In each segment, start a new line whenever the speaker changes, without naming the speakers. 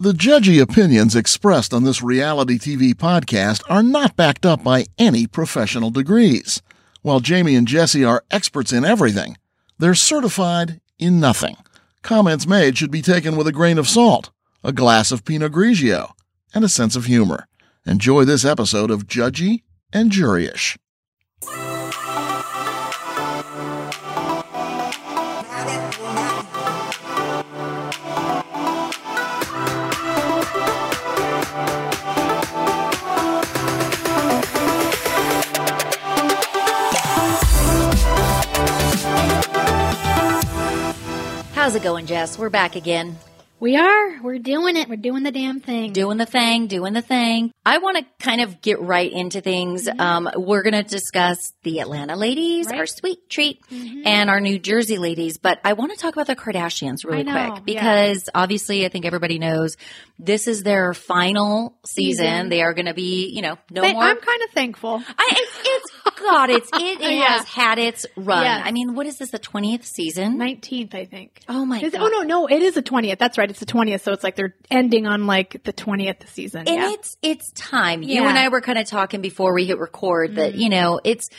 The judgy opinions expressed on this reality TV podcast are not backed up by any professional degrees. While Jamie and Jesse are experts in everything, they're certified in nothing. Comments made should be taken with a grain of salt, a glass of Pinot Grigio, and a sense of humor. Enjoy this episode of Judgy and Juryish.
How's it going, Jess? We're back again.
We are. We're doing it. We're doing the damn thing.
Doing the thing, doing the thing. I want to kind of get right into things. Um, we're going to discuss the Atlanta ladies,
Mm-hmm. Right. Mm-hmm.
our sweet treat, and our New Jersey ladies. But I want to talk about the Kardashians really
I know,
quick because obviously I think everybody knows this is their final season. They are going to be, you know, no
Mm-hmm. But
more.
I'm kind of thankful.
I, it's, it's God, it's, it, it
Yeah.
has had its run.
Yes.
I mean, what is this, the 20th season?
19th, I think.
Oh my
Is-
God.
oh no, no, it is the 20th. That's right. It's the 20th. So it's like they're ending on like the 20th season.
And
yeah.
it's it's time. You
Yeah. Mm-hmm.
and I were kind of talking before we hit record that you know it's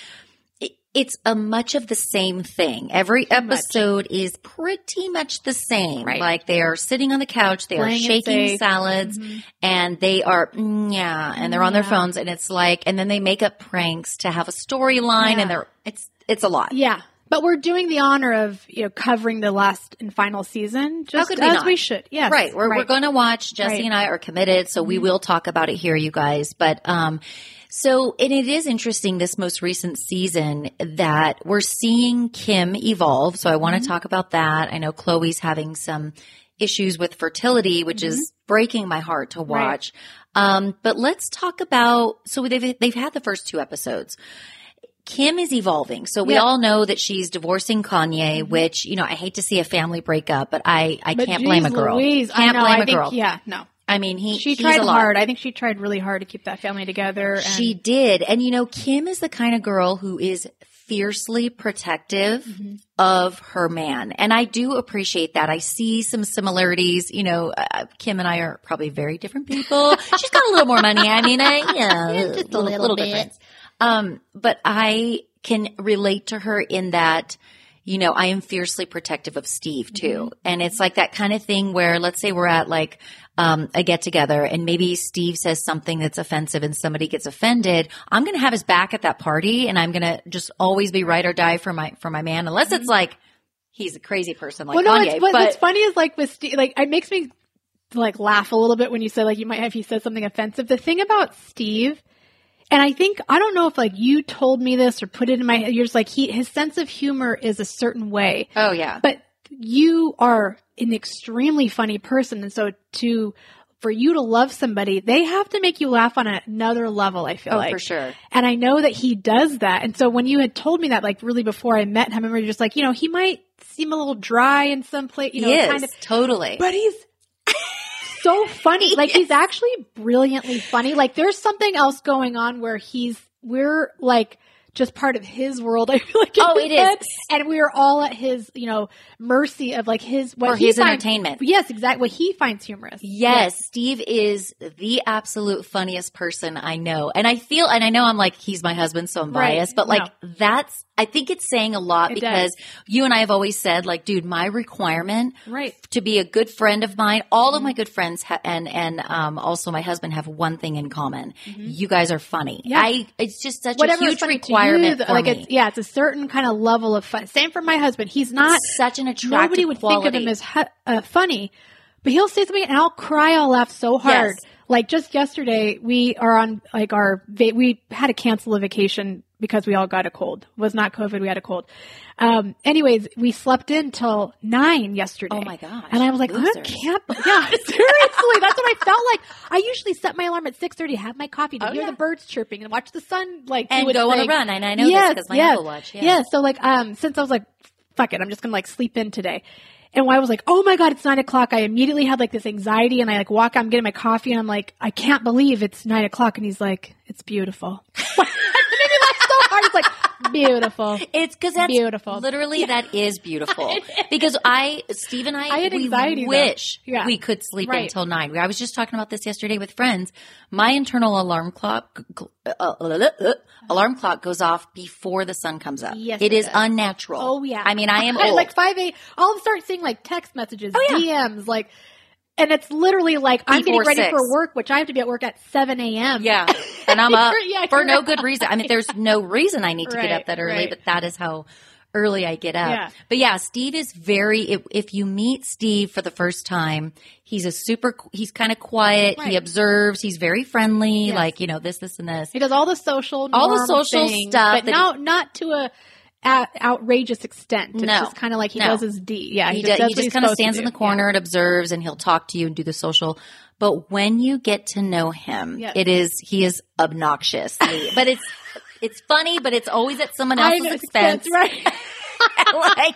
it- it's a much of the same thing. Every
much.
episode is pretty much the same.
Right.
Like they are sitting on the couch, they
Playing
are
it
shaking
safe. Mm-hmm.
salads, and they are mm, yeah, and they're on their phones, and it's like, and then they make up pranks to have a storyline,
Yeah.
and they're it's it's a lot.
yeah. But we're doing the honor of, you know, covering the last and final season just
could we
as
not?
we should. Yes.
Right. We're, we're going to watch. Jesse
Right. Mm-hmm.
and I are committed, so we will talk about it here, you guys. But, um, so, and it is interesting this most recent season that we're seeing Kim evolve. So I want
Mm-hmm.
to talk about that. I know Chloe's having some issues with fertility, which is breaking my heart to
Mm-hmm. Right.
watch. Um, but let's talk about, so they've, they've had the first two episodes. Kim is evolving. So we
Yeah. Mm-hmm.
all know that she's divorcing Kanye, which, you know, I hate to see a family break up, but I, I
But
can't blame a
geez
girl.
Louise, I
can't
know,
blame
I
a
think-
girl.
Yeah. No.
I mean, he
She
he's
tried
a lot.
hard. I think she tried really hard to keep that family together. And
She did, and you know, Kim is the kind of girl who is fiercely protective of her man, and I do appreciate that. I see some similarities. You know, uh, Kim and I are probably very different people. She's got a little more money. I mean, uh, I yeah,
just a little bit.
difference. Um, but I can relate to her in that you know, I am fiercely protective of Steve too.
Mm-hmm.
And it's like that kind of thing where let's say we're at like um, a get together and maybe Steve says something that's offensive and somebody gets offended. I'm going to have his back at that party and I'm going to just always be right or die for my, for my man. Unless it's like he's a crazy person like
Mm-hmm. well, no,
Kanye,
it's, what,
but
what's funny is like with Steve, like it makes me like laugh a little bit when you say like you might have he said something offensive. The thing about Steve, and I think I don't know if like you told me this or put it in my head. You're just like he his sense of humor is a certain way,
oh yeah.
but you are an extremely funny person, and so to for you to love somebody, they have to make you laugh on another level. I feel
Oh,
like
for sure.
and I know that he does that. And so when you had told me that, like really before I met him, I remember you're just like, you know, he might seem a little dry in some place, you know,
he is
kind of,
totally.
but he's so funny. Like he's actually brilliantly funny. Like there's something else going on where he's, we're like, just part of his world. I feel like in
Oh,
his
it is.
head. and we are all at his, you know, mercy of like his what
for
he
his
finds-
entertainment.
Yes, exactly. What he finds humorous.
Yes, Steve is the absolute funniest person I know. And I feel, and I know I'm like, he's my husband, so I'm
Right.
biased, but like, that's, I think it's saying a lot
It
because you and I have always said, like, dude, my requirement
Right.
to be a good friend of mine, all
Mm-hmm.
of my good friends ha- and, and, um, also my husband have one thing in common. You guys are funny.
Mm-hmm. Yeah.
I, it's just such
Whatever
a
is
huge
funny to you,
requirement
th-
for
like
me.
It's, yeah, it's a certain kind of level of fun. Same for my husband. He's not
such an attractive
nobody would
quality.
think of him as hu- uh, funny, but he'll say something and I'll cry, I'll laugh so hard.
Yes.
Like just yesterday, we are on like our va- we had to cancel a vacation because we all got a cold. It was not COVID, we had a cold. Um, anyways, we slept in till nine yesterday.
Oh my gosh,
And I was like, I
losers.
can't. be- Yeah, seriously, that's what I felt like. I usually set my alarm at six thirty, have my coffee, to
Oh,
hear
yeah.
the birds chirping, and watch the sun like do
and
its
go on a
thing
run. And I know this because my Apple Watch. Yeah.
so like um since I was like, fuck it, I'm just gonna like sleep in today. And when I was like, oh my god, it's nine o'clock, I immediately had like this anxiety and I like walk, I'm getting my coffee and I'm like, I can't believe it's nine o'clock and he's like, It's beautiful. it made me laugh so hard. It's like, Beautiful.
It's because that's
Beautiful.
Literally, that is beautiful. because I, Steve and I,
I had
we
anxiety, though.
wish
Yeah.
we could sleep
Right.
until nine. I was just talking about this yesterday with friends. My internal alarm clock uh, uh, uh, uh, alarm clock goes off before the sun comes up.
Yes,
it
it
is
does.
unnatural.
Oh yeah.
I mean, I am
At
old.
like five eight. I'll start seeing like text messages,
Oh,
DMs, like, and it's literally like I'm
Before
getting ready
six.
for work, which I have to be at work at seven a.m.
yeah, and I'm up
Yeah,
for
you're
no
right.
good reason. I mean, there's no reason I need to get
Right,
up that early,
right.
but that is how early I get up.
Yeah.
But yeah, Steve is very. If, if you meet Steve for the first time, he's a super. He's kind of quiet. He
Right.
observes. He's very friendly.
Yes.
Like you know this, this, and this.
He does all the social,
All the
norm
social
things,
stuff
but
that-
not not to a, a outrageous extent. It's
No.
just kind of like he
No.
does his D. Yeah,
he,
he,
does,
just does
he
what
just
he's
kind of
supposed to
stands in
do.
the corner and observes and he'll talk to you and do the social but when you get to know him
Yes.
it is he is obnoxious but it's it's funny but it's always at someone
Yeah. I
else's
know,
expense
expense, right?
like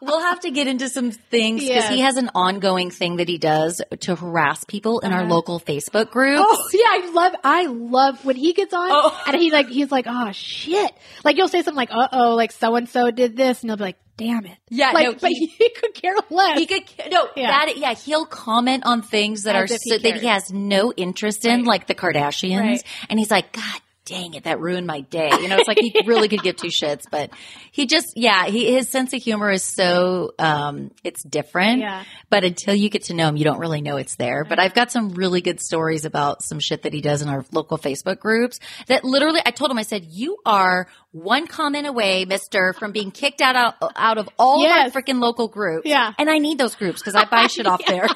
we'll have to get into some things because
Yes.
he has an ongoing thing that he does to harass people in our
Uh-huh.
local facebook group
Oh yeah, I love I love when he gets on
Oh.
and he like he's like, oh shit. Like you'll say something like, uh oh, like so and so did this and they'll be like, damn it.
Yeah,
Like
no,
but he,
he-
could care less.
He could no
Yeah.
that yeah he'll comment on things that
As
are
if he
so, that he
cared.
has no interest in
Right.
like the Kardashians
Right.
and he's like God dang it that ruined my day you know it's like he really could give two shits but he just yeah he his sense of humor is so um it's different
Yeah.
but until you get to know him you don't really know it's there but I've got some really good stories about some shit that he does in our local Facebook groups that literally I told him I said you are one comment away mister from being kicked out out, out of all
Yes.
of our freaking local groups
Yeah.
and I need those groups because I buy shit off there.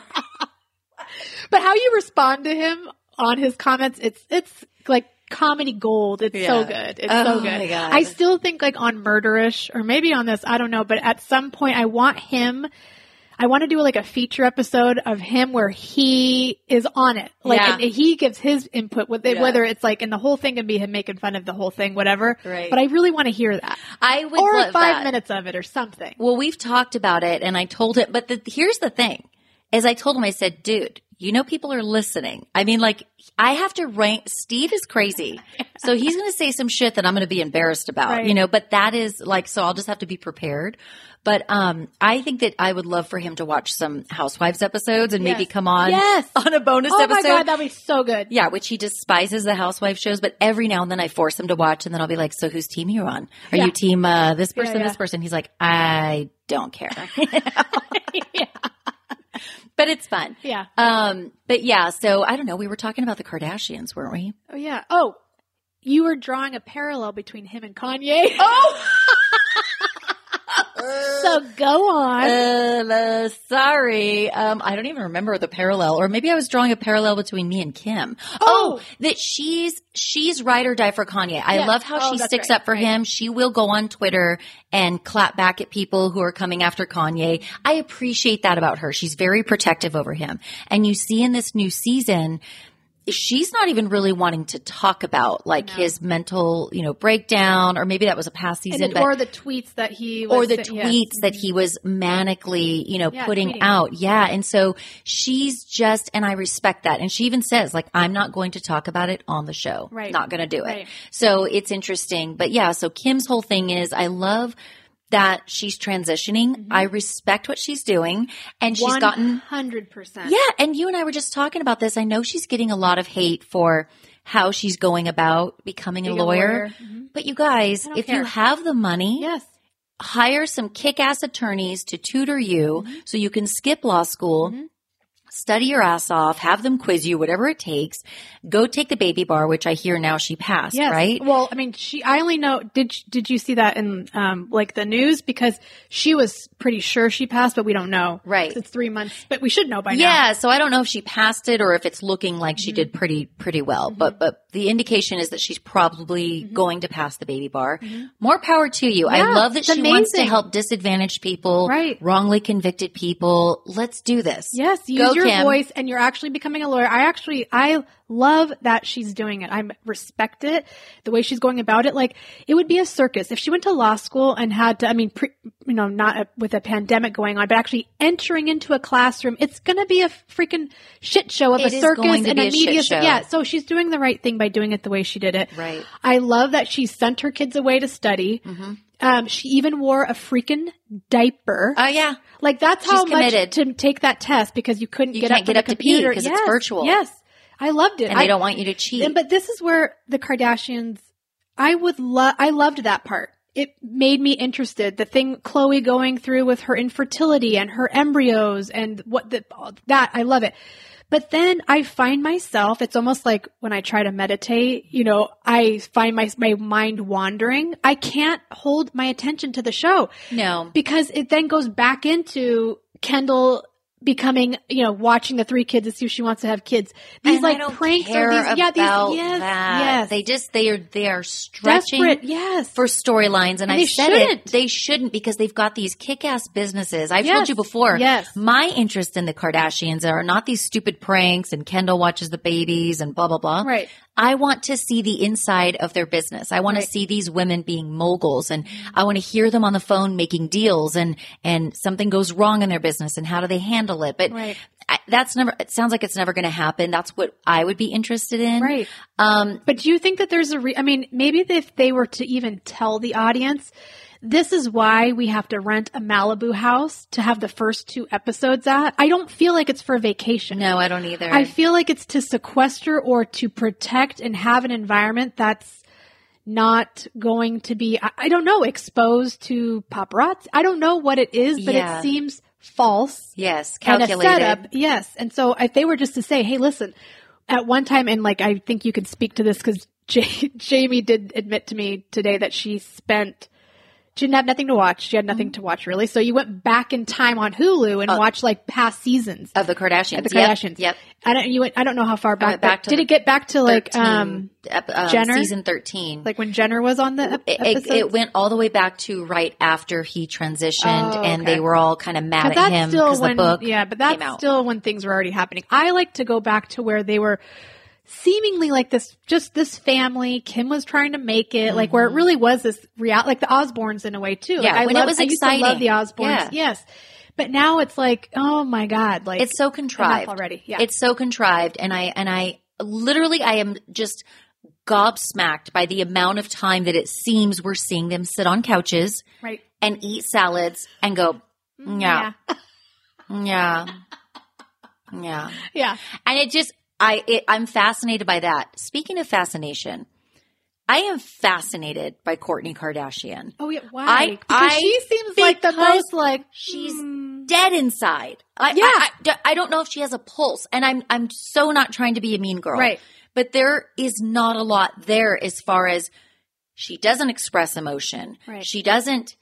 but how you respond to him on his comments, it's it's like comedy gold. It's
Yeah.
so good. It's
Oh,
so good.
my God.
I still think like on Murderish or maybe on this, I don't know, but at some point I want him I want to do like a feature episode of him where he is on it. Like
Yeah.
and he gives his input with it,
Yeah.
whether it's like and the whole thing can be him making fun of the whole thing, whatever.
Right.
But I really want to hear that.
I would
or
love
five
that.
minutes of it or something.
Well, we've talked about it, and I told him. But the, here's the thing: as I told him, I said, "Dude, you know people are listening. I mean, like, I have to rank. Steve is crazy, so he's going to say some shit that I'm going to be embarrassed about,
Right.
you know. But that is like, so I'll just have to be prepared. But um, I think that I would love for him to watch some Housewives episodes and maybe
Yes.
come on
Yes.
on a bonus
Oh my
episode.
god, that'd be so good.
Yeah, which he despises the housewife shows, but every now and then I force him to watch, and then I'll be like, "So whose team are you on? Are
Yeah.
you team uh, this
Yeah,
person,
yeah.
this person?" He's like, "I don't care,"
Yeah.
but it's fun.
Yeah.
Um, but yeah, so I don't know. We were talking about the Kardashians, weren't we?
Oh yeah. Oh, you were drawing a parallel between him and Kanye.
Oh,
so go on.
uh, sorry. Um, I don't even remember the parallel, or maybe I was drawing a parallel between me and Kim.
Oh.
that she's she's ride or die for Kanye. I
Yeah.
love how
Oh,
she
that's
sticks
right,
up for
right.
him. She will go on Twitter and clap back at people who are coming after Kanye. I appreciate that about her. She's very protective over him, and you see in this new season. She's not even really wanting to talk about like his mental, you know, breakdown, or maybe that was a past
And
season. but-
then- or the tweets that he was
or the
sa-
tweets
yeah.
that he was manically, you know,
Yeah,
putting
tweeting.
out. Yeah. And so she's just, and I respect that. And she even says, like, I'm not going to talk about it on the show.
Right.
Not going to do it.
Right.
So it's interesting. But yeah, so Kim's whole thing is I love that she's transitioning.
Mm-hmm.
I respect what she's doing. And she's gotten
100%.
yeah, and you and I were just talking about this. I know she's getting a lot of hate for how she's going about becoming
Being
a
a
lawyer.
lawyer. Mhm.
But you guys,
I don't
if
care.
you have the money,
Yes.
hire some kick-ass attorneys to tutor you
Mm-hmm.
so you can skip law school study your ass off have them quiz you whatever it takes go take the baby bar which i hear now she passed
Yes.
right
Well, I mean, she I only know did did you see that in um like the news because she was pretty sure she passed but we don't know.
Right.
'Cause It's 3 months, but we should know Mm-hmm. by now.
yeah so i don't know if she passed it or if it's looking like she did pretty pretty well
Mm-hmm.
but but the indication is that she's probably going to pass the baby bar more power to you i
Mm-hmm. Yeah,
love that
it's
she wants to
amazing.
help disadvantaged people
Right.
wrongly convicted people let's do this
Yes, use
Go,
your
Kim.
voice and you're actually becoming a lawyer. I actually I love that she's doing it. I respect it, the way she's going about it. Like it would be a circus if she went to law school and had to. I mean, pre, you know, not a, with a pandemic going on, but actually entering into a classroom, it's going to be a freaking shit show of
It
a
is
circus
going to
and
be
a
a shit
media.
show.
Yeah, so she's doing the right thing by doing it the way she did it.
Right. Mm-hmm.
I love that she sent her kids away to study. Um, she even wore a freaking diaper.
Oh yeah.
Like that's
She's
how much
committed.
to take that test because you couldn't
You
get
can't
up
get
from the
up to pee
computer
'cause it's virtual.
Yes, I loved it.
And
I
they don't want you to cheat.
And, but this is where the Kardashians. I would love. I loved that part. It made me interested. The thing Chloe going through with her infertility and her embryos and what the, that I love it. But then I find myself, it's almost like when I try to meditate, you know, I find my, my mind wandering. I can't hold my attention to the show
no.
because it then goes back into Kendall becoming, you know, watching the three kids to see if she wants to have kids. These
And I
like
don't
pranks
care
or these, yeah,
about
these, yes,
that.
yes,
They just they are they are stretching
desperate, yes,
for storylines, and,
And
I
they
said
shouldn't.
it. They shouldn't because they've got these kick-ass businesses. I've
Yes.
told you before.
Yes.
my interest in the Kardashians are not these stupid pranks and Kendall watches the babies and blah blah blah.
right,
I want to see the inside of their business. I want
Right.
to see these women being moguls and I want to hear them on the phone making deals and, and something goes wrong in their business and how do they handle it? But
Right.
I, that's never, it sounds like it's never going to happen. That's what I would be interested in.
right.
Um,
But do you think that there's a re- I mean, maybe if they were to even tell the audience, this is why we have to rent a Malibu house to have the first two episodes at. I don't feel like it's for a vacation.
no, I don't either.
I feel like it's to sequester or to protect and have an environment that's not going to be, I, I don't know, exposed to paparazzi. I don't know what it is, but
Yeah.
it seems false
yes.
and a
Calculated.
setup. Yes. And so if they were just to say, hey, listen, at one time, and like I think you can speak to this because J- Jamie did admit to me today that she spent. She didn't have nothing to watch. She had nothing
Mm-hmm.
to watch really. So you went back in time on Hulu
Uh,
and watched like past seasons.
Of the Kardashians.
Of the
Yep.
Kardashians.
Yep.
I don't. You went, I don't know how far back.
went back
but
to
did it get back to like
13,
um
ep- um,
Jenner?
Season 13.
like when Jenner was on the ep-
it,
episode?
it, it went all the way back to right after he transitioned
Oh,
and
okay.
they were all kind of mad
but
at
that's
him
still
because
when
the book
yeah, but
came
that's
out.
still when things were already happening. I like to go back to where they were seemingly like this just this family kim was trying to make it like where it really was this real like the osbournes in a way too
Mm-hmm. Yeah,
like, I
when it
love-
was
I used to love
exciting.
the osbournes
Yeah.
yes but now it's like oh my god like
it's so contrived
already. Yeah.
it's so contrived and i and i literally i am just gobsmacked by the amount of time that it seems we're seeing them sit on couches
right
and eat salads and go
Mm,
yeah yeah yeah
yeah
and it just i it, i'm fascinated by that speaking of fascination i am fascinated by courtney kardashian
oh yeah why
I-
because
I-
she seems like the
because
most like
she's
hmm.
dead inside. I,
Yeah.
I, I- I don't know if she has a pulse, and I'm I'm so not trying to be a mean girl,
Right.
But there is not a lot there as far as she doesn't express emotion.
Right.
She doesn't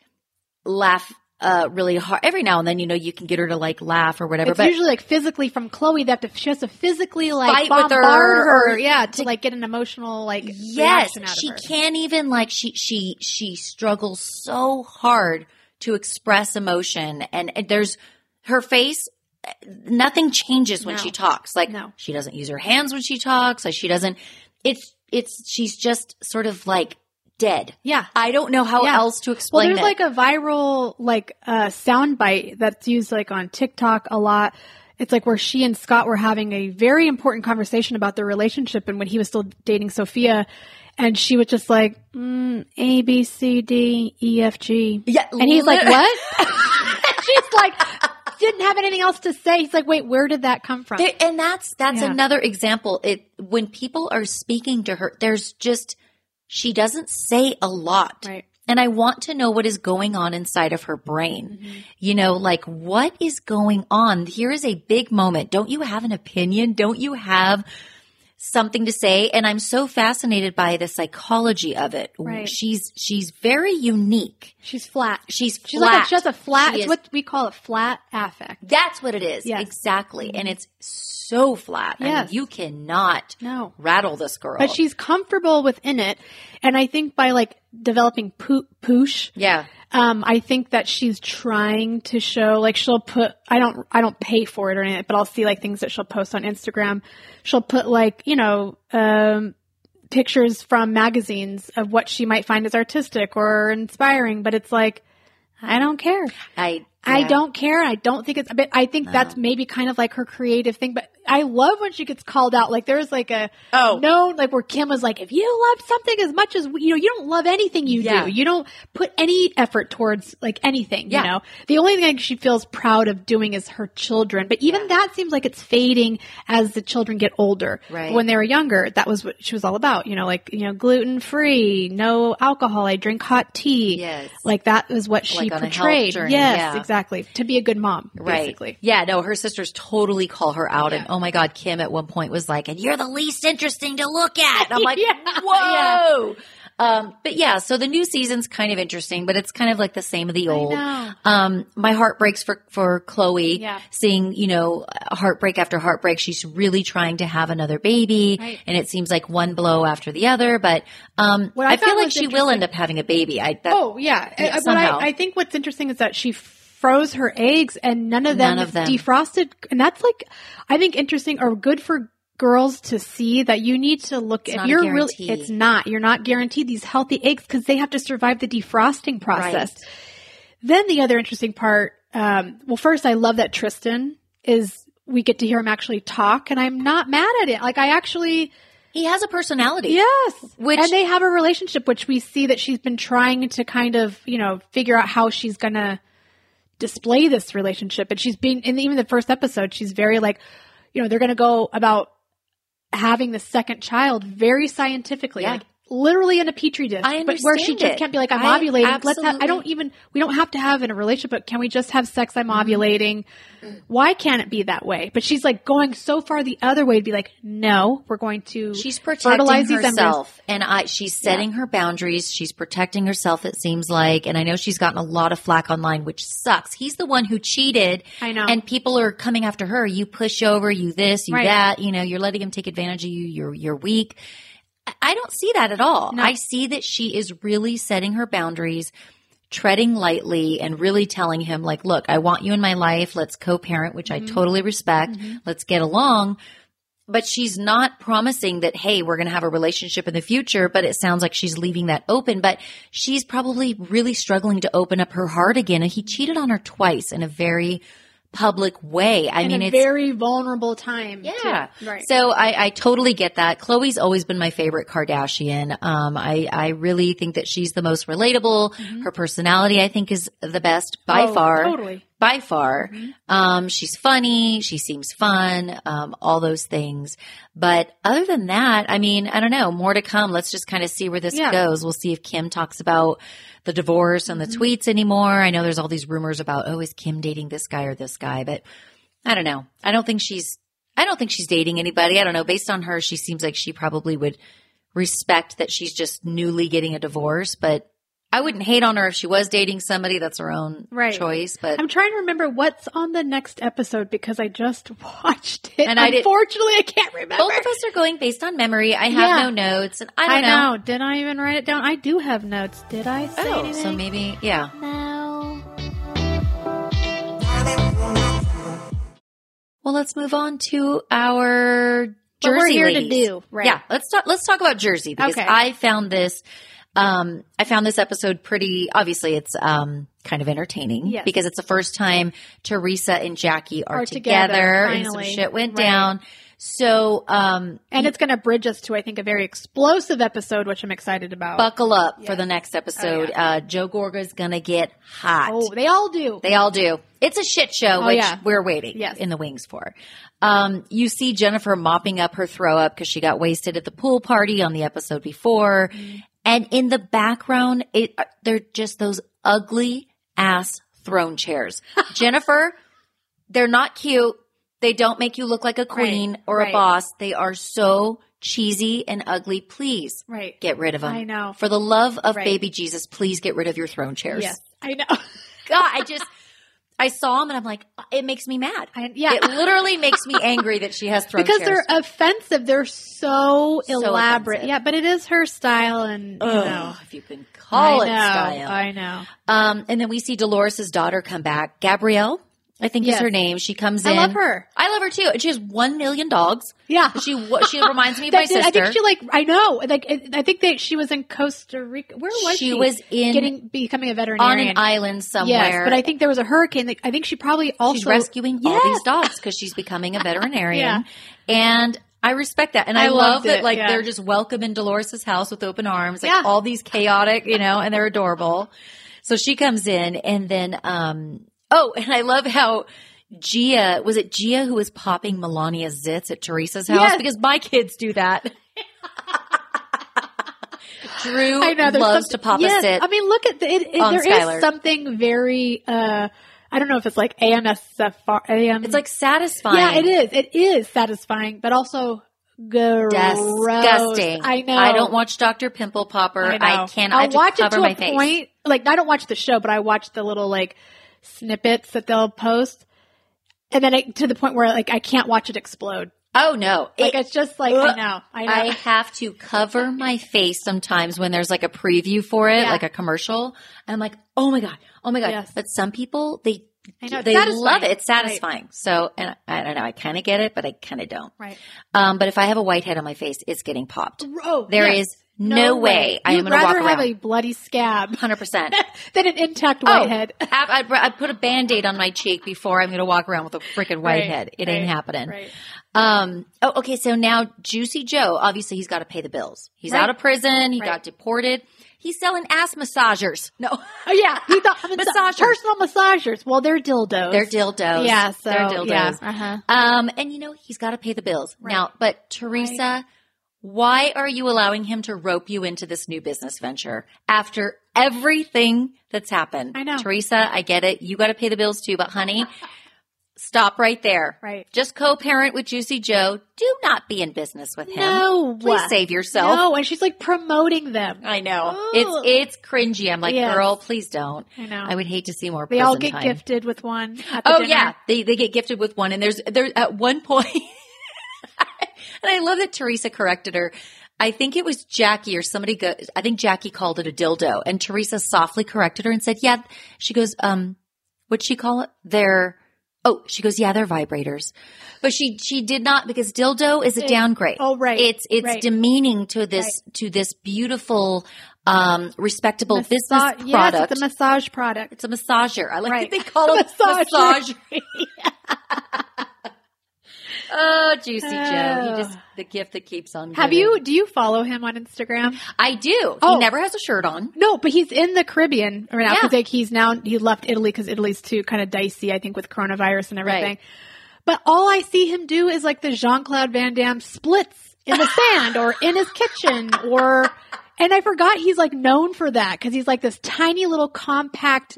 laugh uh, really hard. Every now and then, you know, you can get her to like laugh or whatever.
It's
but
usually like physically from Chloe that to, she has to physically like
Fight with
bombard
her
her,
or
yeah, to like get an emotional like
yes,
reaction out
she
of her.
can't even like she she she struggles so hard to express emotion, and, and there's her face. uh, Nothing changes when
No.
she talks. Like
No.
she doesn't use her hands when she talks. Like she doesn't. It's it's she's just sort of like dead.
Yeah.
I don't know how
Yeah.
else to
Well,
explain
there's
it.
like a viral like uh, soundbite that's used like on TikTok a lot. It's like where she and Scott were having a very important conversation about their relationship, and when he was still dating Sophia, and she was just like mm, A B C D E F G,
yeah,
and he's like,
lit-
"What?" She's like, didn't have anything else to say. He's like, "Wait, where did that come from?"
There- and that's that's
Yeah.
another example. It when people are speaking to her, there's just she doesn't say a lot.
Right.
And I want to know what is going on inside of her brain.
Mm-hmm.
You know, like what is going on? Here is a big moment. Don't you have an opinion? Don't you have something to say? And I'm so fascinated by the psychology of it.
Right.
She's she's very unique.
She's flat.
She's
She's
flat.
like a, she has a flat.
She
it's
is-
what we call a flat affect.
That's what it is.
Yes. Mm-hmm.
Exactly. And it's so flat. I mean,
Yes.
you cannot
No,
rattle this girl.
but she's comfortable within it, and I think by like developing poo- poosh,
yeah.
Um, I think that she's trying to show, like she'll put, I don't, I don't pay for it or anything, but I'll see like things that she'll post on Instagram. She'll put like, you know, um, pictures from magazines of what she might find as artistic or inspiring, but it's like, I don't care.
I yeah.
I don't care. I don't think it's, but I think that's maybe kind of like her creative thing, but I love when she gets called out. Like there's like a,
Oh,
no, like where Kim was like, if you love something as much as we, you know, you don't love anything you
Yeah.
do. You don't put any effort towards like anything.
Yeah.
You know, the only thing she feels proud of doing is her children. But even that seems like it's fading as the children get older.
Right.
When they were younger, that was what she was all about. You know, like you know, gluten free, no alcohol. I drink hot tea.
Yes.
Like that was what she
Like on a health
portrayed.
journey,
yes,
yeah.
exactly. To be a good mom,
Right.
basically.
Yeah, no, her sisters totally call her out. And oh my God, Kim at one point was like, and you're the least interesting to look at. And I'm like,
Yeah.
whoa. Um, but yeah, so the new season's kind of interesting, but it's kind of like the same of the old.
know.
Um, my heart breaks for, for Chloe
Yeah.
seeing, you know, heartbreak after heartbreak. She's really trying to have another baby
Right.
and it seems like one blow after the other, but, um,
What
I,
I
feel
found
like
was
she will
interesting-
end up having a baby. I, that,
Oh yeah.
Yeah,
I- I, what
somehow.
I, I think what's interesting is that she froze her eggs and none of them,
None of them.
defrosted, and that's like I think interesting or good for girls to see that you need to look
It's
if
not a
you're really
guarantee.
it's not you're not guaranteed these healthy eggs because they have to survive the defrosting process. Then the other interesting part, um, well, first I love that Tristan is. We get to hear him actually talk, and I'm not mad at it. Like I actually,
he has a personality.
yes,
Which
and they have a relationship, which we see that she's been trying to kind of, you know, figure out how she's gonna display this relationship. And she's being in even the first episode, she's very like, you know, they're gonna go about having the second child very scientifically,
Yeah.
like literally in a petri dish.
I
but where she
understand it.
just can't be like, I'm
I
ovulating. Let's have,
absolutely-
I don't even we don't have to have in a relationship, but can we just have sex? I'm ovulating. Why can't it be that way? But she's like going so far the other way to be like, no, we're going to
She's
fertilize
protecting
these embryos.
herself, and I. She's setting her boundaries. She's protecting herself. It seems like, and I know she's gotten a lot of flack online, which sucks. He's the one who cheated.
I know.
and people are coming after her. You push over. You this. You
Right.
that. You know, you're letting him take advantage of you. You're you're weak. I- I don't see that at all.
No.
I see that she is really setting her boundaries. Treading lightly and really telling him, like, look, I want you in my life. Let's co parent, which
Mm-hmm.
I totally respect. Let's get along but she's not promising that hey we're going to have a relationship in the future but it sounds like she's leaving that open but she's probably really struggling to open up her heart again and he cheated on her twice in a very public way i
in
mean
a
it's
very vulnerable time.
yeah.
too. right.
So I, I totally get that. Chloe's always been my favorite Kardashian. Um, I, I really think that she's the most relatable. Her personality, I think, is the best by
Mm-hmm. Oh,
far
totally.
by far.
Mm-hmm.
Um, she's funny. She seems fun. Um, all those things. But other than that, I mean, I don't know. More to come. Let's just kind of see where this
Yeah.
goes. We'll see if Kim talks about the divorce and the
Mm-hmm.
tweets anymore. I know there's all these rumors about, oh, is Kim dating this guy or this guy? But I don't know. I don't think she's. I don't think she's dating anybody. I don't know. Based on her, she seems like she probably would respect that she's just newly getting a divorce, but. I wouldn't hate on her if she was dating somebody. That's her own
Right.
choice. But
I'm trying to remember what's on the next episode because I just watched it.
And
And
I did-
unfortunately, I, can't remember.
Both of us are going based on memory. I have
Yeah.
no notes, and I
I,
don't know.
know. Did I even write it down? I do have notes. Did I say
Oh,
anything?
so maybe, yeah.
No.
Well, let's move on to our
What
Jersey
we're here to
ladies.
do, right.
Yeah, let's talk. Let's talk about Jersey because
Okay.
I found this. Um, I found this episode pretty. Obviously, it's um kind of entertaining
Yes.
because it's the first time Teresa and Jackie are,
Are
together,
together,
and some
finally.
shit went
Right.
down. So, um,
And it's going to bridge us to, I think, a very explosive episode, which I'm excited about.
buckle up for
Oh, Yeah.
the next episode. Uh, Joe Gorga's gonna get hot.
oh, they all do.
They all do. It's a shit show,
Oh,
which
yeah.
we're waiting
Yes.
in the wings for. Um, you see Jennifer mopping up her throw up because she got wasted at the pool party on the episode before.
Mm-hmm.
And in the background, it, uh, they're just those ugly ass throne chairs. Jennifer, they're not cute. They don't make you look like a queen or a
right.
boss. They are so cheesy and ugly. Please
right.
get rid of them.
I know.
For the love of
Right.
baby Jesus, please get rid of your throne chairs.
Yes. I know.
God, I just I saw them and I'm like, it makes me mad.
I, yeah.
It literally makes me angry that she has thrown
because
chairs.
they're offensive. They're so,
So
elaborate.
offensive.
Yeah, but it is her style, and you
Ugh,
know,
if you can call
I
it
know,
style.
I know.
Um, and then we see Dolores' daughter come back. Gabrielle, I think
Yes.
is her name. She comes
I
in.
love her.
I love her too. And she has one million dogs.
Yeah.
She wa- she reminds me of
That
my
did-
sister.
I think she like I know like I- I think that she was in Costa Rica. Where was she?
She was in
getting becoming a
on
veterinarian
an island somewhere.
Yes, but I think there was a hurricane. That, I think she probably also
she's rescuing all
Yes.
these dogs because she's becoming a veterinarian. And I respect that. And I,
I
love
loved
that
it,
like
yeah.
they're just welcome in Dolores' house with open arms. Like
Yeah.
all these chaotic, you know, and they're adorable. So she comes in and then um oh, and I love how Gia was it Gia who was popping Melania's zits at Teresa's house?
Yes.
Because my kids do that. Drew
I know, there's
loves
something-
to pop
yes,
a zit.
I mean, look at the, it, it,
on
there is
Skylar.
something very. uh I don't know if it's like AMSFR. AM,
it's like satisfying.
yeah, it is. It is satisfying, but also gross.
disgusting.
I know.
I don't watch Doctor Pimple Popper. I,
know.
can't.
I'll
I have to
watch it
cover
to
my
a
face.
point. Like I don't watch the show, but I watch the little like snippets that they'll post, and then it, to the point where like I can't watch it explode.
Oh no!
Like
It-
it's just like I
Ugh.
know, I know.
I have to cover my face sometimes when there's like a preview for it,
Yeah.
like a commercial. And I'm like, oh my god, oh my god.
Yes.
But some people they
I know, it's
they
satisfying.
love it. It's
Right.
satisfying. So and I, I don't know. I kind of get it, but I kind of don't.
Right.
Um, but if I have a whitehead on my face, it's getting popped.
Oh,
There is
yes.
no, way, I am
You'd
going to walk
rather have
around.
a bloody scab
Hundred percent.
than an intact
Oh,
whitehead.
I, I, I put a band-aid on my cheek before I'm going to walk around with a freaking white
Right,
head. It
right,
ain't happening.
Right.
Um, oh, okay. So now Juicy Joe, obviously he's got to pay the bills. He's
Right.
out of prison. He
Right.
got deported. He's selling ass massagers. No,
Oh yeah, he thought massagers.
Massagers.
personal massagers. Well, they're dildos.
they're dildos.
Yeah, so
they're dildos.
yeah. Uh-huh.
Um, and you know, he's got to pay the bills
Right.
now, but Teresa, why are you allowing him to rope you into this new business venture after everything that's happened?
I know.
Teresa, I get it. You got to pay the bills too, but honey, stop right there.
Right.
Just co-parent with Juicy Joe. Do not be in business with him.
No,
Please save yourself.
No, and she's like promoting them.
I know.
Oh.
It's it's cringy. I'm like,
Yes.
girl, please don't.
I know.
I would hate to see more.
They all
prison
get
time.
gifted with one. At the
Oh
dinner.
yeah, they they get gifted with one, and there's there at one point, and I love that Teresa corrected her. I think it was Jackie or somebody. Go, I think Jackie called it a dildo, and Teresa softly corrected her and said, "Yeah." She goes, "Um, what'd she call it? They're." Oh, she goes, yeah, they're vibrators, but she she did not because dildo is a
It-
downgrade.
oh, right,
it's it's
right.
demeaning to this to this beautiful, um, respectable
Massa-
business product.
Yes, it's a massage product.
It's a massager. I like
Right.
that they call it
Massager.
massager. oh, Juicy Joe.
Oh.
He just the gift that keeps on giving.
Have you? Do you follow him on Instagram?
I do.
Oh.
He never has a shirt on.
No, but he's in the Caribbean right now
Yeah.
because like he's now he left Italy because Italy's too kind of dicey, I think, with coronavirus and everything.
Right.
But all I see him do is like the Jean Claude Van Damme splits in the sand or in his kitchen or, and I forgot he's like known for that because he's like this tiny little compact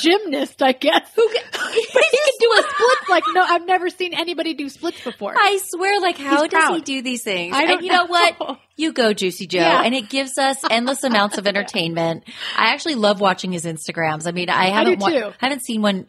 gymnast, I guess. Who can, he can do a split like no, I've never seen anybody do splits before.
I swear, like, how
He's
does he
proud.
do these things?
I don't
and you know,
know.
what? You go, Juicy Joe.
Yeah.
And it gives us endless amounts of entertainment. I actually love watching his Instagrams. I mean, I
do
haven't wa-
too.
I haven't seen one.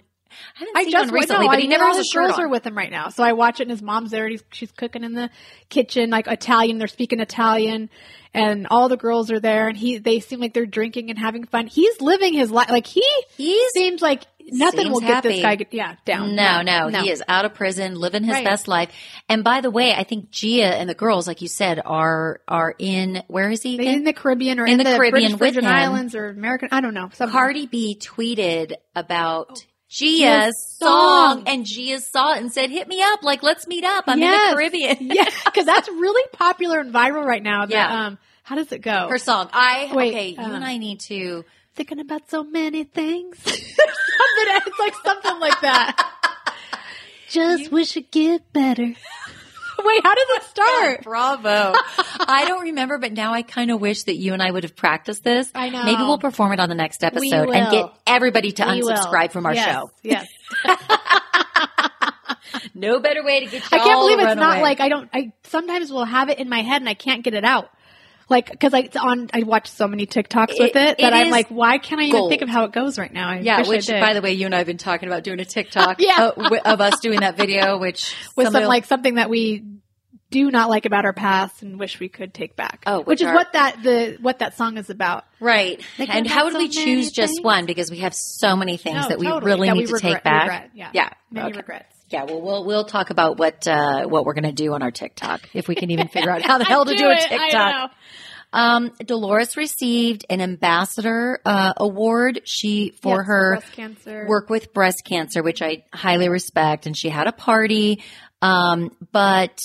I haven't
I
seen
just
one recently,
no,
but
I-
he never
all
has a
his
shirt
girls
on.
are with him right now, so I watch it. And his mom's there, and he's, she's cooking in the kitchen, like Italian. They're speaking Italian, and all the girls are there, and he they seem like they're drinking and having fun. He's living his life. Like he
He's
seems like nothing
Seems
will get this
happy.
guy yeah down.
No, no, he is out of prison, living his
Right.
best life. And by the way, I think Gia and the girls, like you said, are are in where is he?
They in
again?
the Caribbean or in,
In
the,
the Caribbean
British
with
Virgin
him.
Islands or American. I don't know. Some
Cardi B tweeted about Gia's,
Oh, Gia's
song.
song.
and Gia saw it and said, "Hit me up, like let's meet up. I'm in
Yes.
the Caribbean."
yeah, because that's really popular and viral right now. The,
Yeah.
Um, how does it go?
Her song. I
Wait,
okay.
uh,
you and I need to.
thinking about so many things. something, it's like something like that. Just wish it get better. Wait, how does it start?
uh, Bravo. I don't remember, but now I kind of wish that you and I would have practiced this.
I know.
Maybe we'll perform it on the next episode and get
will.
everybody to
We will.
unsubscribe from our
Yes,
show.
Yes,
No better way to get.
I
y'all
can't believe
to
it's
run
not
away.
like I don't. I sometimes will have it in my head and I can't get it out. like because I it's on I watch so many TikToks
It-
with it,
it
that I'm
is
like, why can't I even
gold.
think of how it goes right now? I
Yeah,
wish I
which
did.
by the way, you and I have been talking about doing a TikTok
Yeah.
uh, wi- of us doing that video, which
with some
somebody will-
like something that we do not like about our past and wish we could take back.
Oh,
which
which
is
are-
what that the what that song is about.
right.
Like,
and
I've
how
got
would
so
we
many
choose just
things.
one because we have so many things
No,
that we
totally,
really
that
need
we
to
regret-
take back.
regret, yeah.
yeah.
Many
Okay.
regrets.
Yeah, well, we'll we'll talk about what uh, what we're going to do on our TikTok if we can even figure out how the hell to do, a
it, I
TikTok.
know.
Um, Dolores received an ambassador uh, award. She for
Yes,
her
breast cancer.
work with breast cancer, which I highly respect. And she had a party, um, but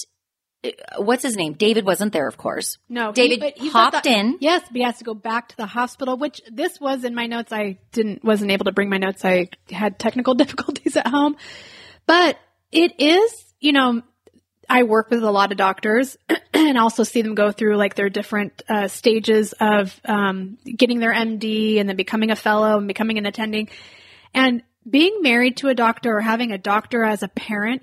uh, what's his name? David wasn't there, of course.
No, he-
David
but he's at
hopped
the-
in.
Yes, but he has to go back to the hospital. Which this was in my notes. I didn't wasn't able to bring my notes. I had technical difficulties at home, but it is you know I work with a lot of doctors and also see them go through like their different uh, stages of um, getting their MD and then becoming a fellow and becoming an attending. And being married to a doctor or having a doctor as a parent,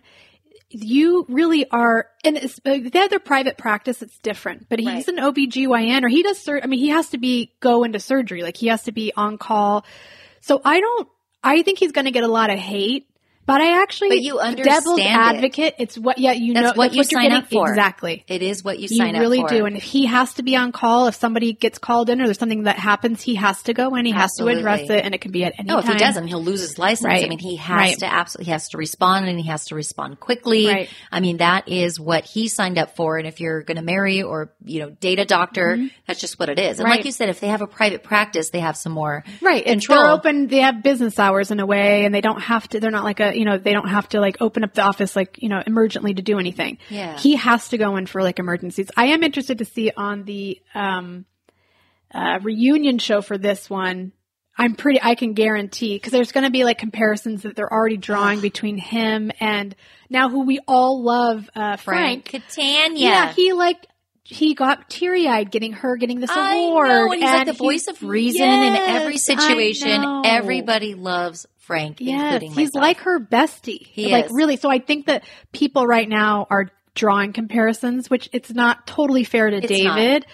you really are, and it's, uh, they have their private practice, it's different, but he's
Right.
an OBGYN or he does, sur- I mean, he has to be, go into surgery. Like he has to be on call. So I don't, I think he's going to get a lot of hate. But I actually,
But you understand
devil's
it.
advocate. It's what, yeah, you
That's
know,
what you
you're
sign
getting-
up for.
Exactly.
It is what you
You
sign
really
up for.
do. And if he has to be on call, if somebody gets called in or there's something that happens, he has to go in. He has to address
Absolutely.
it, and it can be at any
no,
time.
Oh, if he doesn't, he'll lose his license. I
Right.
mean, he has
Right.
to absolutely he has to respond, and he has to respond quickly.
Right.
I mean, that is what he signed up for. And if you're going to marry or you know date a doctor, that's just what it is. And like
Mm-hmm. Right.
you said, if they have a private practice, they have some more
Right. It's,
control.
they're open. They have business hours in a way, and they don't have to. They're not like a you know they don't have to like open up the office like you know emergently to do anything.
Yeah.
He has to go in for like emergencies. I am interested to see on the um, uh, reunion show for this one. I'm pretty. I can guarantee because there's going to be like comparisons that they're already drawing between him and now who we all love, uh, Frank.
Catania.
Yeah, he like he got teary eyed getting her getting this
I
award.
know, and he's like
and
the voice of reason in every
Yes, I
situation.
know.
Everybody loves Frank,
Yes,
including
he's
myself.
like her bestie.
He
like
is.
really. So I think that people right now are drawing comparisons, which it's not totally fair to
It's
David.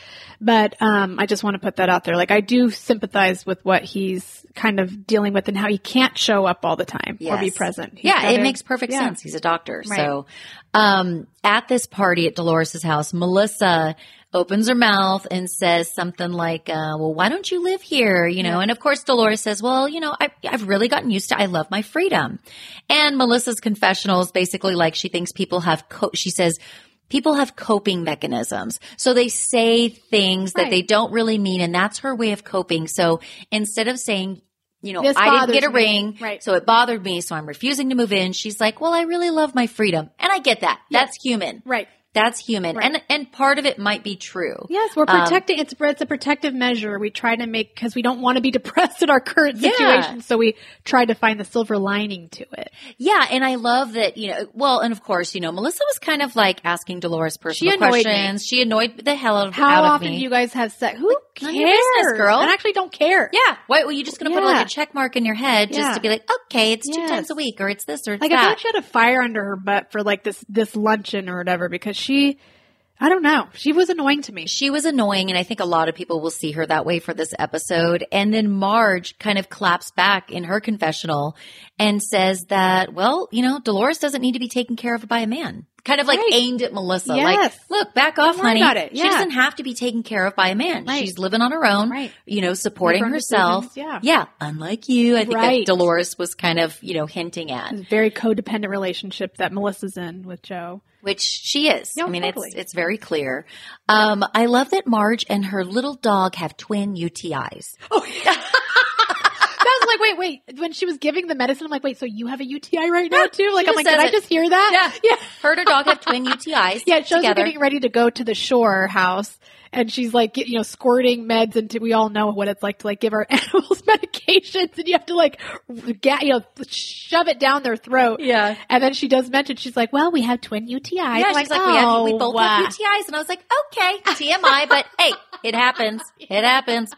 But um, I just want to put that out there. Like I do sympathize with what he's kind of dealing with and how he can't show up all the time or be
Yes.
present. He's
yeah, it
gotta-
makes perfect
yeah.
sense. He's a doctor.
Right.
So, um, at this party at Dolores' house, Melissa opens her mouth and says something like, uh, well, why don't you live here? You know, and of course Dolores says, well, you know, I, I've really gotten used to, I love my freedom. And Melissa's confessional is basically like she thinks people have, co- she says, people have coping mechanisms. So they say things that
Right.
they don't really mean. And that's her way of coping. So instead of saying, you know,
This
I didn't get a
bothers me.
ring.
Right.
So it bothered me. So I'm refusing to move in. She's like, well, I really love my freedom. And I get that.
Yeah.
That's human.
Right.
That's human.
Right.
And, and part of it might be true.
Yes, we're
Um,
protecting. it's it's a protective measure. We try to make because we don't want to be depressed in our current
Yeah.
situation, so we try to find the silver lining to it.
Yeah, and I love that, you know, well, and of course, you know, Melissa was kind of like asking Dolores personal
annoyed me.
questions. She annoyed the hell out,
How
out of
often
me.
do you guys have sex? Who
none
cares,
of your business, girl.
And I actually don't care.
yeah. Why were you just going to put
Yeah.
like a check mark in your head just
Yeah.
to be like, okay, it's two
Yes.
times a week or it's this or it's
Like I
that?
thought she had a fire under her butt for like this this luncheon or whatever because she, I don't know, she was annoying to me.
She was annoying, and I think a lot of people will see her that way for this episode. And then Marge kind of claps back in her confessional and says that, well, you know, Dolores doesn't need to be taken care of by a man. Kind of like
Right.
aimed at Melissa.
Yes.
Like, look, back off,
worry
honey.
about it.
She
Yeah.
doesn't have to be taken care of by a man.
Right.
She's living on her own,
Right.
you know, supporting
Make her own
herself.
decisions,
Yeah. Unlike you, I think
Right.
that Dolores was kind of, you know, hinting at,
This very codependent relationship that Melissa's in with Joe.
which she is.
No,
I mean,
totally.
it's, it's very clear. Um, I love that Marge and her little dog have twin UTIs.
I was like, wait, wait. When she was giving the medicine, I'm like, wait, so you have a UTI right now too? Like,
She just
I'm like,
says
did I
it.
just hear that?
Yeah.
yeah.
Her and her dog have twin UTIs.
Yeah, it shows
together.
her getting ready to go to the shore house, and she's like, get- you know, squirting meds into. We all know what it's like to like give our animals medications, and you have to like, get, you know, shove it down their throat.
Yeah.
And then she does mention she's like, well, we have twin UTIs.
yeah,
I'm
she's like, we, have, we
"Oh,
both
wow."
have UTIs. And I was like, okay, TMI, but hey, it happens. It happens.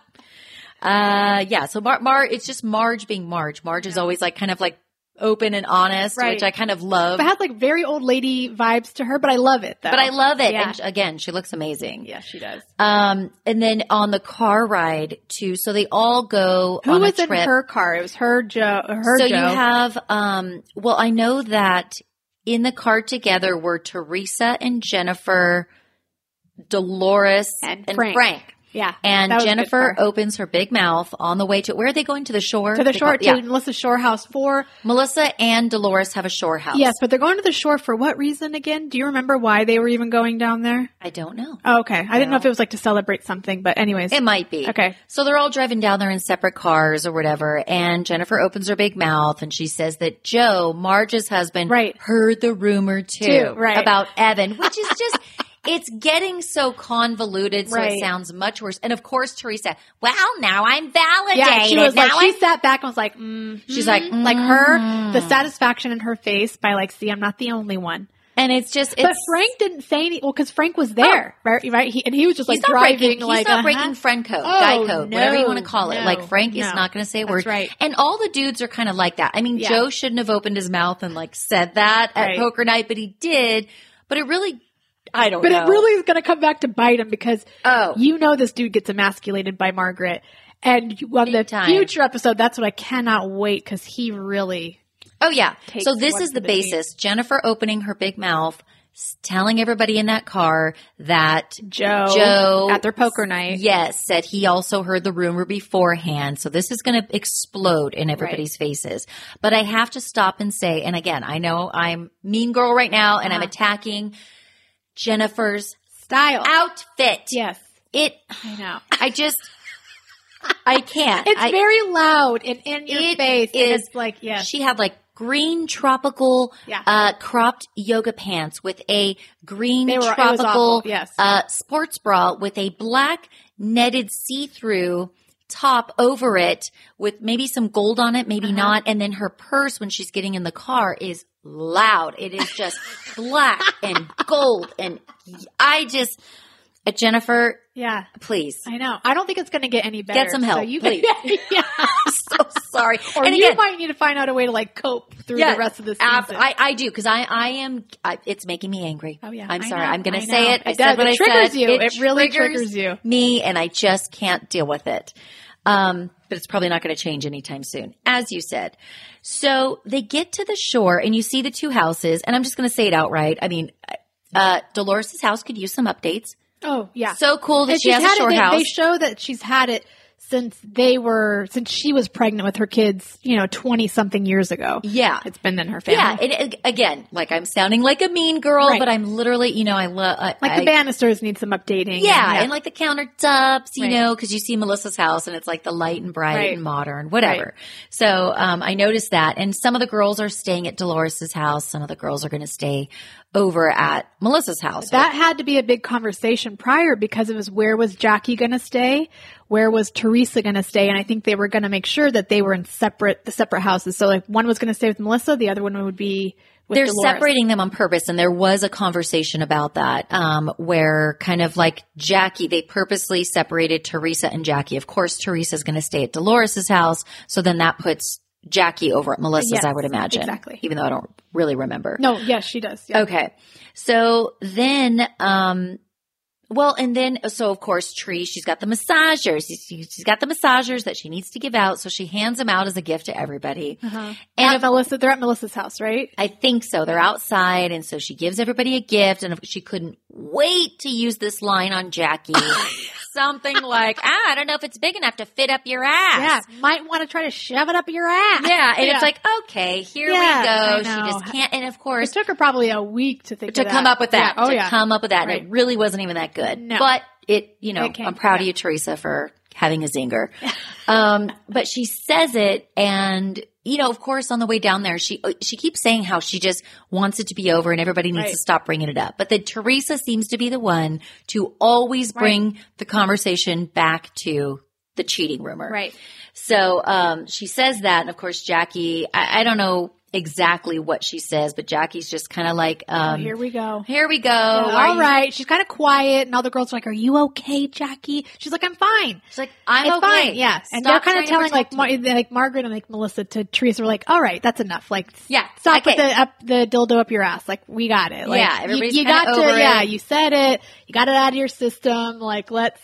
Uh, yeah. So Mar, Mar, it's just Marge being Marge. Marge is always like, kind of like open and honest,
Right.
which I kind of love.
But it has like very old lady vibes to her, but I love it though.
But I love it.
Yeah.
And sh- again, she looks amazing.
Yeah, she does.
Um, and then on the car ride too. So they all go
Who
on
was
a
in
trip.
her car? It was her Joe. Her
so
Joe.
you have, um, well, I know that in the car together were Teresa and Jennifer, Dolores
And Frank. yeah.
And
That was good
Jennifer
for her.
opens her big mouth on the way to where are they going to the shore?
To the
They
shore,
call- yeah.
to Melissa Shore House for
Melissa and Dolores have a shore house.
yes, but they're going to the shore for what reason again? Do you remember why they were even going down there?
I don't know.
Oh, okay, I didn't know
No.
if it was like to celebrate something, but anyways,
It might be.
Okay.
So they're all driving down there in separate cars or whatever. And Jennifer opens her big mouth and she says that Joe, Marge's husband,
Right.
heard the rumor too,
Too, right.
about Evan, which is just, it's getting so convoluted. So it
Right.
sounds much worse. And of course, Teresa, well, now I'm validated.
yeah, she was
now
like,
I'm
she sat back and was like, mm
She's like,
like her,
mhm.
the satisfaction in her face by like, see, I'm not the only one.
and it's just, it's, Oh.
but Frank didn't say any. Well, because Frank was there, right? Right, he, and he was just like
he's not
driving,
breaking,
like
he's not
uh-huh.
breaking friend code,
Oh,
guy code, whatever you
no,
want to call it.
no,
Like Frank is
no.
not going to say a
That's
word.
right.
And all the dudes are kind of like that. I mean,
Yeah.
Joe shouldn't have opened his mouth and like said that at
Right.
poker night, but he did. But it really, I don't
But
know.
it really is going to come back to bite him because
oh,
you know this dude gets emasculated by Margaret. And you- on
Big
the
time.
future episode, that's what I cannot wait because he really
oh yeah.
Takes
So this
one
is the
for the team.
basis. Jennifer opening her big mouth, s- telling everybody in that car that
Joe
Joe
at their poker night.
Yes, said he also heard the rumor beforehand. So this is going to explode in everybody's faces. But I have to stop and say, and again, I know I'm mean girl right now and I'm
Uh-huh.
attacking Jennifer's
style.
outfit.
Yes,
It,
I know.
I just, I can't.
It's
I-
very loud and in your
It
face. and
is-
it's like yes,
She had like green tropical
yeah.
uh, cropped yoga pants with a green
They were- it was
tropical
awful, yes.
uh, sports bra with a black netted see-through top over it with maybe some gold on it, maybe
Uh-huh.
not. And then her purse when she's getting in the car is loud. It is just black and gold. And I just, uh, Jennifer,
yeah,
please.
I know. I don't think it's going to get any better.
some
so
help,
you
please.
Can, yeah.
I'm so sorry.
Or
and
you
again,
might need to find out a way to like cope through
Yeah,
the rest of the season.
ab- I, I do because I, I am. I, it's making me angry.
oh yeah,
I'm
I
sorry.
know,
I'm going
I
to say
know.
it. I
It
said
does.
what
it
I
triggers
said.
you. It, really
triggers
triggers you.
me, and I just can't deal with it. Um, but it's probably not going to change anytime soon, as you said. So they get to the shore, and you see the two houses. And I'm just going to say it outright. I mean, uh, Dolores' house could use some updates.
Oh yeah.
So cool that
And
she
she's
has
had
a shore
it, they,
house.
They show that she's had it since they were since she was pregnant with her kids, you know, twenty something years ago.
yeah,
It's been in her family.
yeah. It, ag- again, like I'm sounding like a mean girl,
Right.
but I'm literally, you know, I love
like the banisters need some updating.
Yeah, and like the countertops, you
Right.
know, because you see Melissa's house and it's like the light and bright
Right.
and modern, whatever.
Right.
So um, I noticed that, and some of the girls are staying at Dolores's house. Some of the girls are going to stay over at Melissa's house.
that had to be a big conversation prior because it was where was Jackie going to stay, where was Teresa going to stay, and I think they were going to make sure that they were in separate the separate houses. So like one was going to stay with Melissa, the other one would be with
they're
Dolores.
separating them on purpose, and there was a conversation about that, um, where kind of like Jackie, they purposely separated Teresa and Jackie. Of course, Teresa's going to stay at Dolores's house, so then that puts Jackie over at Melissa's,
Yes,
I would imagine.
exactly.
Even though I don't really remember.
No, yes, she does. Yeah.
Okay. So then, um, well, and then, so of course, Tree, she's got the massagers. She's- She's got the massagers that she needs to give out. So she hands them out as a gift to everybody.
Uh-huh.
And
At Melissa, they're at Melissa's house, right?
I think so. They're outside. And so she gives everybody a gift. And she couldn't wait to use this line on Jackie. Something like, ah, I don't know if it's big enough to fit up your ass.
Yeah, might want to try to shove it up your ass.
Yeah. And
Yeah.
it's like, okay, here
Yeah,
we go.
I
She just
know.
can't. And of
It
course,
took her probably a week to think
to
of that.
come up with that.
Yeah. Oh
to
yeah.
come up with that. And
Right.
it really wasn't even that good.
No.
But it, you know,
It came,
I'm proud of
yeah.
you, Teresa, for having a zinger. um, but she says it, and you know, of course, on the way down there, she uh, she keeps saying how she just wants it to be over, and everybody needs
Right.
to stop bringing it up. But then Teresa seems to be the one to always
Right.
bring the conversation back to the cheating rumor.
Right.
So um, she says that, and of course, Jackie, I, I don't know exactly what she says, but Jackie's just kind of like,
Oh,
um,
here
here,
we go.
we go.
Oh,
Are
all
you-
right. She's kind of quiet, and all the girls are like, "Are you okay, Jackie?" She's like, "I'm fine.
She's like, I'm
it's
okay.
fine." Yeah,
Stop
and they're kind
trying
of
to
telling like
protect
Mar-
me.
like Margaret and like Melissa to Teresa, we're like, "All right, that's enough. Like,
yeah,
stop
okay.
with the up the dildo up your ass. Like we got it. Like,
Yeah,
you-
everybody's
you,
kinda
got to.
over it.
Yeah, you said it. You got it out of your system. Like let's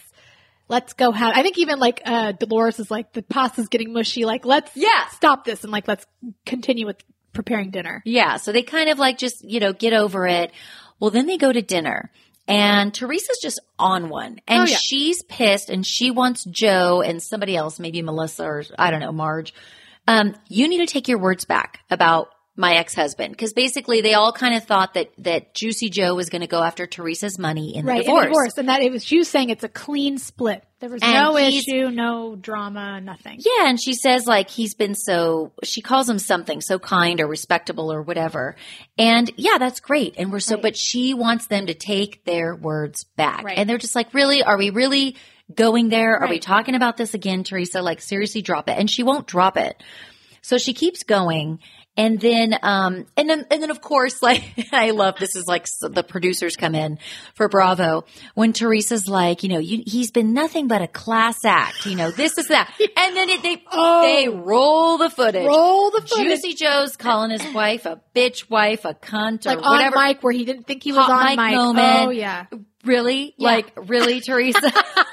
let's go have. I think even like uh Dolores is like the pasta's getting mushy. Like let's
Yeah.
stop this and like let's continue with preparing dinner.
Yeah. So they kind of like just, you know, get over it. Well, then they go to dinner and Teresa's just on one and
Oh, yeah.
she's pissed and she wants Joe and somebody else, maybe Melissa or I don't know, Marge. Um, you need to take your words back about my ex-husband. Cause basically they all kind of thought that, that Juicy Joe was going to go after Teresa's money in the
Right, and
divorce.
divorce, and that it was she was saying it's a clean split. There was
And
no
he's-
issue, no drama, nothing.
Yeah, and she says like he's been so she calls him something so kind or respectable or whatever. And yeah, that's great. And we're so
Right.
but she wants them to take their words back.
Right.
And they're just like, "Really? Are we really going there? Are we
Right.
talking about this again, Teresa? Like seriously, drop it." And she won't drop it. So she keeps going. And then, um, and then, and then of course, like, I love this is like s- the producers come in for Bravo when Teresa's like, you know, you, he's been nothing but a class act, you know, this is that. And then it, they,
Oh.
they roll the footage.
Roll the footage.
Juicy Joe's calling his wife a bitch wife, a cunt, or
Like on
whatever.
mic where he didn't think he was
Hot
on
mic
mic.
moment.
Oh yeah,
really?
Yeah.
Like, really, Teresa?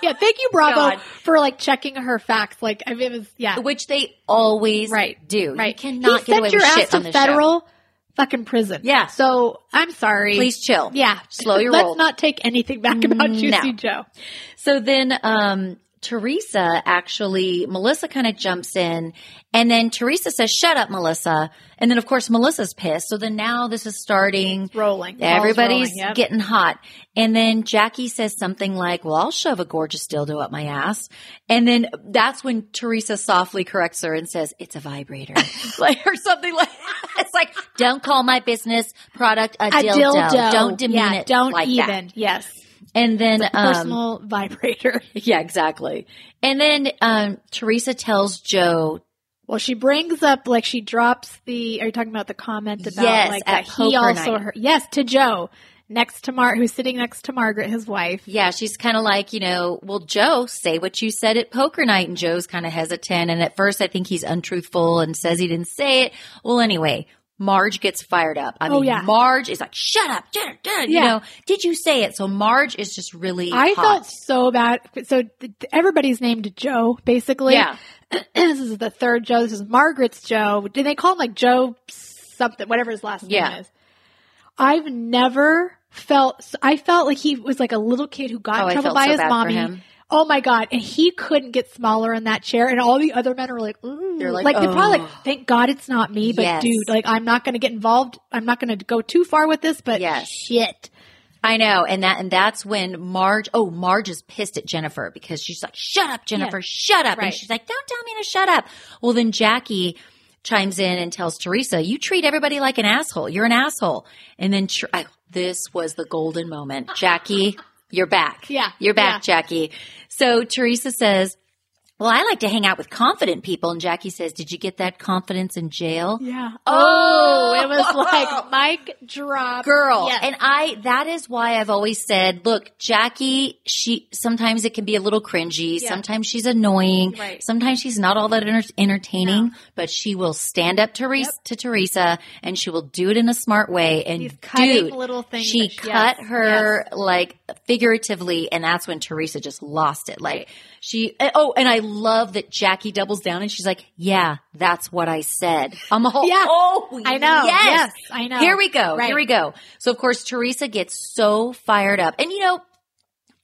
yeah. Thank you, Bravo,
God.
for like checking her facts. Like I mean, it was yeah.
Which they always
Right.
do.
Right.
You cannot get
he sent
away
your
with
ass
shit
to
on this show.
federal fucking prison.
Yeah.
So I'm sorry.
Please chill.
Yeah.
Slow your
Let's
roll.
not take anything back about
No.
Juicy Joe.
So then, um, Teresa actually, Melissa kind of jumps in and then Teresa says, shut up, Melissa. And then of course, Melissa's pissed. So then now this is starting.
Rolling. Ball's
Everybody's
rolling, yep.
getting hot. And then Jackie says something like, well, I'll shove a gorgeous dildo up my ass. And then that's when Teresa softly corrects her and says, it's a vibrator. like, or something like It's like, don't call my business product a,
a
dildo.
dildo.
Don't demean
yeah,
it.
Don't
like that.
even. Yes.
And then, um,
Personal vibrator.
yeah, exactly. And then um, Teresa tells Joe,
Well, she brings up like she drops the. Are you talking about the comment about
Yes,
like
at
that he
poker
also
night.
heard? Yes, to Joe next to Mar, who's sitting next to Margaret, his wife.
yeah, she's kind of like, you know, well, Joe, say what you said at poker night. And Joe's kind of hesitant. And at first, I think he's untruthful and says he didn't say it. Well, anyway, Marge gets fired up. I
Oh,
mean,
yeah.
Marge is like, shut up, shut up, shut up. You
Yeah.
know, did you say it? So Marge is just really.
I
hot.
felt so bad. So th- everybody's named Joe, basically.
Yeah.
this is the third Joe. This is Margaret's Joe. Did they call him like Joe something, whatever his last
Yeah.
name is? I've never felt. I felt like he was like a little kid who got
Oh, I
in trouble
felt
by
so
his
bad for
mommy.
him.
Oh my god! And he couldn't get smaller in that chair, and all the other men were like, "Ooh,"
They're like,
they're probably
"Oh."
like, "Thank God it's not me." But
Yes.
dude, like, I'm not going to get involved. I'm not going to go too far with this. But
Yes.
shit,
I know, and that and that's when Marge. Oh, Marge is pissed at Jennifer because she's like, "Shut up, Jennifer! Shut up!" And
Right.
she's like, "Don't tell me to shut up." Well, then Jackie chimes in and tells Teresa, "You treat everybody like an asshole. You're an asshole." And then Tr- I, this was the golden moment, Jackie. You're back.
Yeah.
you're back, Jackie. So Teresa says. Well, I like to hang out with confident people. And Jackie says, Did you get that confidence in jail?
yeah.
Oh.
Oh, it was like mic drop,
girl.
Yes.
And I, that is why I've always said, look, Jackie, she, sometimes it can be a little cringy.
Yeah.
Sometimes she's annoying.
Right.
Sometimes she's not all that enter- entertaining, but she will stand up to, Reese to Teresa and she will do it in a smart way. And
These cutting
dude,
little things.
she
that
cut
yes,
her
yes.
like figuratively, and that's when Teresa just lost it. Like she, and- oh, and I love that Jackie doubles down and she's like, "Yeah, that's what I said." I'm all,
Yeah.
oh,
I know.
yes,
Yes, I know.
Here we go.
Right.
Here we go. So of course Teresa gets so fired up, and you know,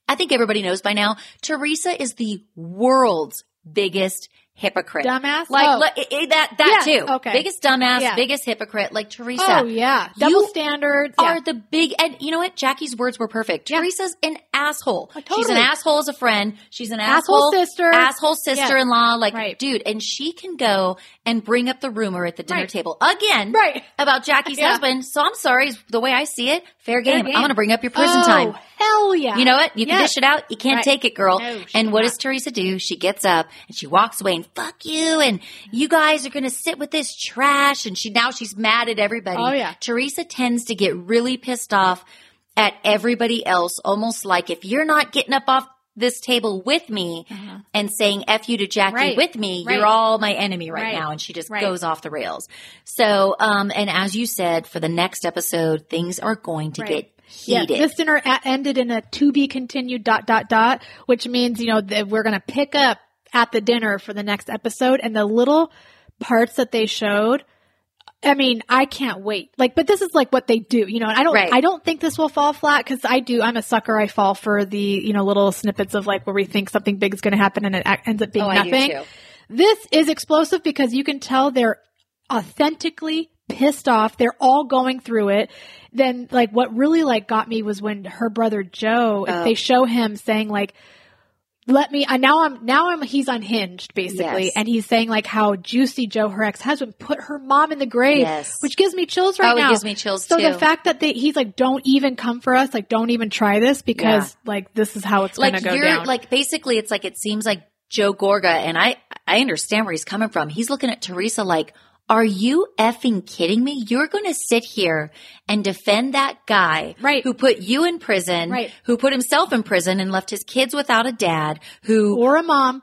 I think everybody knows by now, Teresa is the world's biggest hypocrite.
dumbass.
Like
oh.
look, i- i- that, that
Yeah,
too.
okay.
Biggest dumbass,
Yeah.
biggest hypocrite. Like Teresa,
Oh yeah, double
You
standards.
are
yeah.
the big and you know what jackie's words were perfect teresa's an asshole
Oh,
she's an
totally.
asshole as a friend she's an asshole,
Asshole sister.
asshole sister-in-law like
Right.
dude and she can go and bring up the rumor at the dinner
Right.
table again
right?
about jackie's
Yeah.
husband so i'm sorry is the way i see it fair game,
game.
i'm gonna bring up your prison
Oh,
time
Hell yeah.
You know what? You can
Yeah.
dish it out. You can't
Right.
take it, girl.
No, she
and what
cannot.
does Teresa do? She gets up and she walks away and fuck you. And you guys are going to sit with this trash. And she now she's mad at everybody.
Oh, yeah.
Teresa tends to get really pissed off at everybody else, almost like if you're not getting up off this table with me
Mm-hmm.
and saying F you to Jackie
Right.
with me,
Right.
you're all my enemy right,
Right.
now. And she just
Right.
goes off the rails. So, um, and as you said, for the next episode, things are going to
Right.
get
Yeah,
heated.
this dinner a- ended in a to be continued dot dot dot, which means you know that we're going to pick up at the dinner for the next episode, and the little parts that they showed. I mean, I can't wait. Like, but this is like what they do, you know. And I don't,
Right.
I don't think this will fall flat because I do. I'm a sucker. I fall for the you know little snippets of like where we think something big is going to happen and it ac- ends up being
Oh, I do
nothing.
too.
This is explosive because you can tell they're authentically pissed off. They're all going through it. Then like what really like got me was when her brother Joe, if
Oh.
they show him saying like let me I now I'm now I'm he's unhinged basically
Yes.
and he's saying like how juicy Joe her ex-husband put her mom in the grave
Yes.
which gives me chills right
oh,
now.
it gives me chills
so
too.
the fact that they, he's like don't even come for us like don't even try this because like this is how it's
like
going to go
you're
down.
like basically it's like it seems like Joe Gorga and I I understand where he's coming from. He's looking at Teresa like, "Are you effing kidding me? You're going to sit here and defend that guy
Right.
who put you in prison,
Right.
who put himself in prison and left his kids without a dad, who
or a mom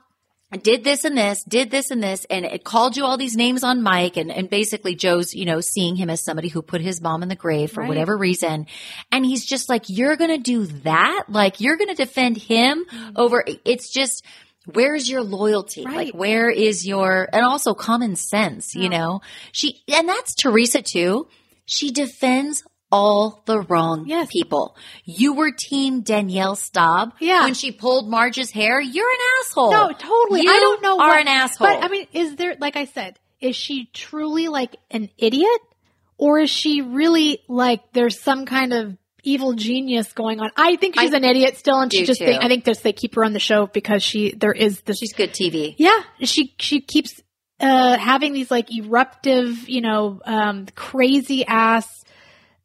did this and this, did this and this, and it called you all these names on Mike, and, and basically Joe's, you know, seeing him as somebody who put his mom in the grave for
Right.
whatever reason. And he's just like, you're gonna do that? Like, you're gonna defend him
Mm-hmm.
over, it's just, where's your loyalty?
Right.
Like, where is your, and also common sense, you know? She, and that's Teresa too. She defends all the wrong
Yes.
people. You were team Danielle Staub.
Yeah.
When she pulled Marge's hair, you're an asshole.
No, totally.
You
I don't know.
Are
what-
an asshole.
But I mean, is there like I said, is she truly like an idiot, or is she really like there's some kind of evil genius going on? I think she's
I
an idiot still, and she
do
just
too.
think, I think just they keep her on the show because she there is this.
she's good TV.
yeah, she she keeps uh having these like eruptive, you know, um crazy ass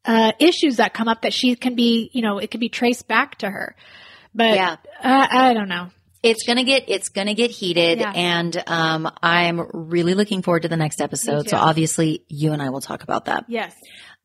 uh issues that come up that she can be, you know, it can be traced back to her. But
Yeah.
uh, I don't know.
It's gonna get it's gonna get heated,
Yeah.
and um, I'm really looking forward to the next episode. So
too.
obviously, you and I will talk about that.
Yes.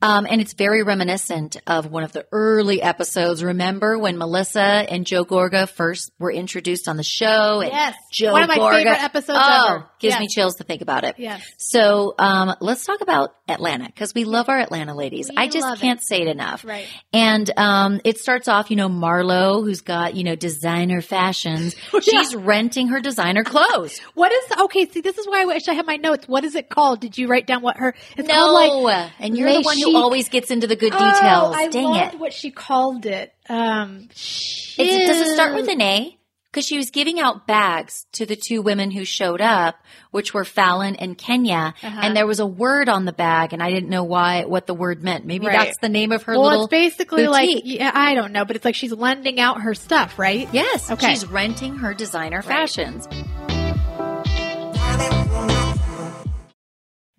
Um, and it's very reminiscent of one of the early episodes. Remember when Melissa and Joe Gorga first were introduced on the show? And
Yes.
Joe
One of my
Gorga-
favorite episodes
oh,
ever.
Gives
Yes.
me chills to think about it.
Yes.
So um, let's talk about Atlanta because we love our Atlanta ladies.
We
I just
love it.
can't say it enough.
Right.
And um, it starts off, you know, Marlo, who's got, you know, designer fashions. She's renting her designer clothes.
What is okay? See, this is why I wish I had my notes. What is it called? Did you write down what her? It's
No.
called like
and you're the
Les
one who
Chic.
always gets into the good
Oh,
details.
I
Dang
loved
it.
what she called it. Um,
It's, does it start with
shit.
an A? Because she was giving out bags to the two women who showed up, which were Fallon and Kenya,
Uh-huh.
and there was a word on the bag, and I didn't know why what the word meant. Maybe
Right.
that's the name of her
Well,
little.
it's basically like
boutique.
yeah, I don't know, but it's like she's lending out her stuff, right?
yes,
Okay.
she's renting her designer fashions.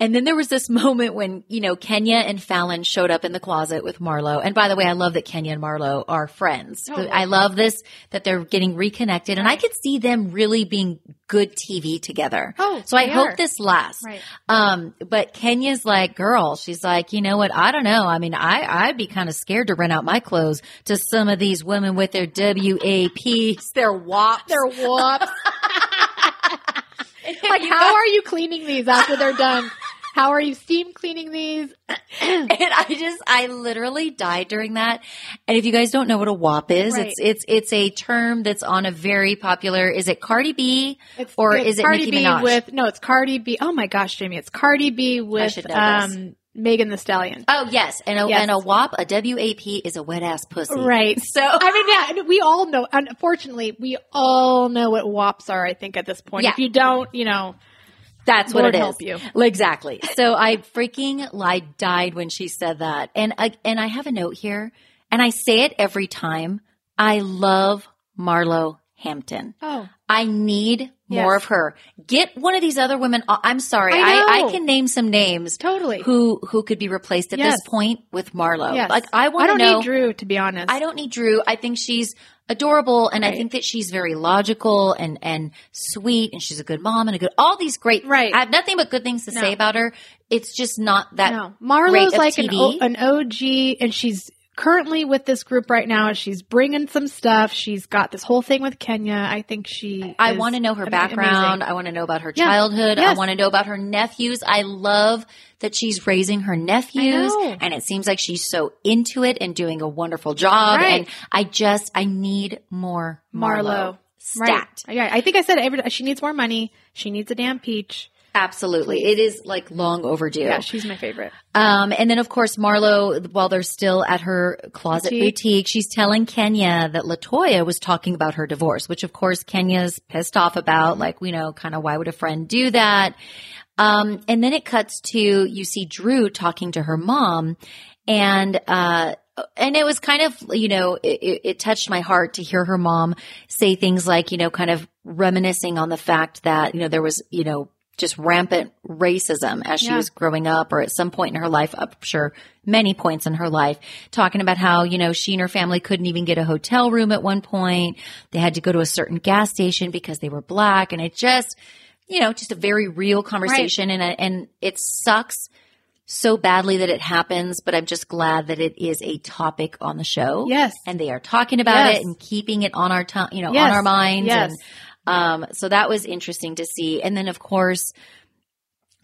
And then there was this moment when, you know, Kenya and Fallon showed up in the closet with Marlo. And by the way, I love that Kenya and Marlo are friends.
Totally.
I love this that they're getting reconnected and I could see them really being good TV together.
Oh,
so I
they
hope
are.
this lasts.
Right.
Um, but Kenya's like, girl, she's like, you know what? I don't know. I mean, I, I'd be kind of scared to rent out my clothes to some of these women with their WAPs, their WAPs.
They're whoops. like, how are you cleaning these after they're done? How are you steam cleaning these?
and I just, I literally died during that. And if you guys don't know what a WAP is,
Right.
it's, it's, it's a term that's on a very popular, is it Cardi B
It's,
or
it's
is it
Cardi
Nicki
B
Minaj?
with no? It's Cardi B. Oh my gosh, Jamie! It's Cardi B with
should know this.
um, Megan the Stallion.
oh yes. And a,
Yes.
and a WAP, a WAP is a wet ass pussy.
Right.
So
I mean, yeah, and we all know. Unfortunately, we all know what WAPs are. I think at this point,
Yeah.
if you don't, you know,
That's what
Lord
it is.
help you.
Exactly. So I freaking like died when she said that. And I, and I have a note here and I say it every time. I love Marlo Hampton.
oh,
I need More
Yes.
of her. Get one of these other women. o- I'm sorry.
I
I, I,
know.
can name some names
Totally.
who who could be replaced at
Yes.
this point with Marlo.
oh, Yes.
Like I
I
want to
don't
know.
need Drew to be honest.
I don't need Drew. I think she's adorable and I
Right.
think that she's very logical and and sweet and she's a good mom and a good all these great
Right.
I have nothing but good things to
No.
say about her. It's just not that
no.
rate
Marlo's
of
like an,
TV.
O- an OG, and she's currently with this group right now. She's bringing some stuff. She's got this whole thing with Kenya. I think she.
I
is
want to know her
ama-
background.
amazing.
I want to know about her
Yeah.
childhood. I
Yes.
want to know about her nephews. I love that she's raising her nephews
know.
and it seems like she's so into it and doing a wonderful job.
Right.
And I just, I need more Marlo.
Marlo.
Stat.
Right. Yeah, I think I said every. She needs more money. She needs a damn peach.
Absolutely. It is like long overdue.
Yeah, she's my favorite.
Um, and then, of course, Marlo, while they're still at her closet boutique.
Boutique.
she's telling Kenya that Latoya was talking about her divorce, which, of course, Kenya's pissed off about. Like, you know, kind of why would a friend do that? Um, and then it cuts to you see Drew talking to her mom, and uh, and it was kind of you know it, it, it touched my heart to hear her mom say things like you know kind of reminiscing on the fact that you know there was you know just rampant racism as she
Yeah.
was growing up or at some point in her life I'm sure many points in her life talking about how you know she and her family couldn't even get a hotel room at one point they had to go to a certain gas station because they were black and it just you know just a very real conversation and I- and it sucks so badly that it happens, but I'm just glad that it is a topic on the show.
Yes.
And they are talking about
Yes.
it and keeping it on our tongue, you know,
Yes.
on our minds.
Yes.
And, um, so that was interesting to see. And then of course,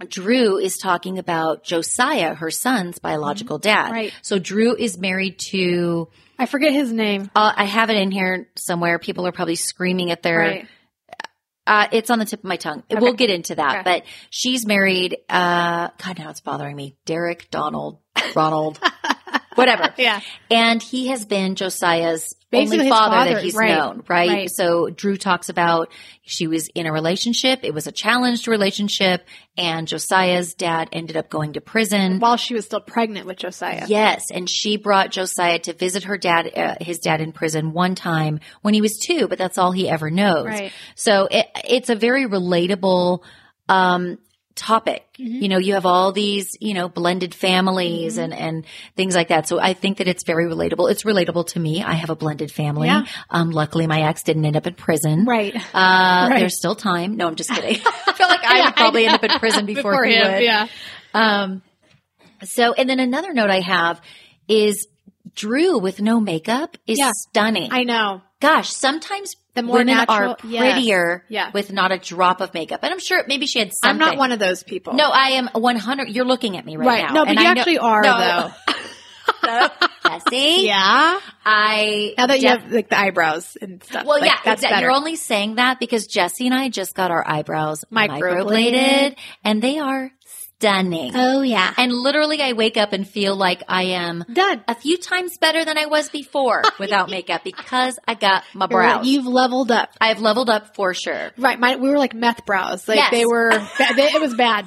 Drew is talking about Josiah, her son's biological dad.
Mm-hmm. Right.
So Drew is married to,
I forget his name.
uh, I have it in here somewhere. People are probably screaming at their,
Right.
uh, it's on the tip of my tongue. We'll get into that.
Okay.
But she's married. Uh, God, now it's bothering me. Derek Donald, Ronald, whatever.
Yeah.
And he has been Josiah's
Basically
only
his
father,
father,
that he's
right,
known, right?
right.
So Drew talks about she was in a relationship. It was a challenged relationship, and Josiah's dad ended up going to prison.
While she was still pregnant with Josiah.
Yes, and she brought Josiah to visit her dad, uh, his dad in prison one time when he was two, but that's all he ever knows.
Right.
So it, it's a very relatable um, topic.
Mm-hmm.
You know, you have all these, you know, blended families and and things like that. So I think that it's very relatable. It's relatable to me. I have a blended family.
Yeah.
Um, luckily, my ex didn't end up in prison.
Right.
Uh,
Right.
There's still time. No, I'm just kidding. I feel like I
Yeah, I
would probably
know.
end up in prison before,
Before
he
him,
would.
yeah.
Um, so, and then another note I have is Drew with no makeup is
Yeah.
stunning.
I know.
Gosh, sometimes
The more
women are
natural- yes.
prettier
Yeah.
with not a drop of makeup. And I'm sure maybe she had something.
I'm not one of those people.
No, I am 100. You're looking at me right,
Right.
now.
No, but
and
you
I know-
actually are
No.
though.
Jesse,
yeah.
I
Now that you
def-
have like the eyebrows and stuff.
Well,
like,
yeah,
that's
exactly.
better.
You're only saying that because Jesse and I just got our eyebrows microbladed,
Microbladed.
and they are stunning.
oh yeah,
And literally, I wake up and feel like I am
done.
a few times better than I was before without makeup because I got my
You're-
brows.
You've leveled up.
I've leveled up for sure.
Right, my, we were like meth brows. Like
Yes.
they were, ba- they, it was bad.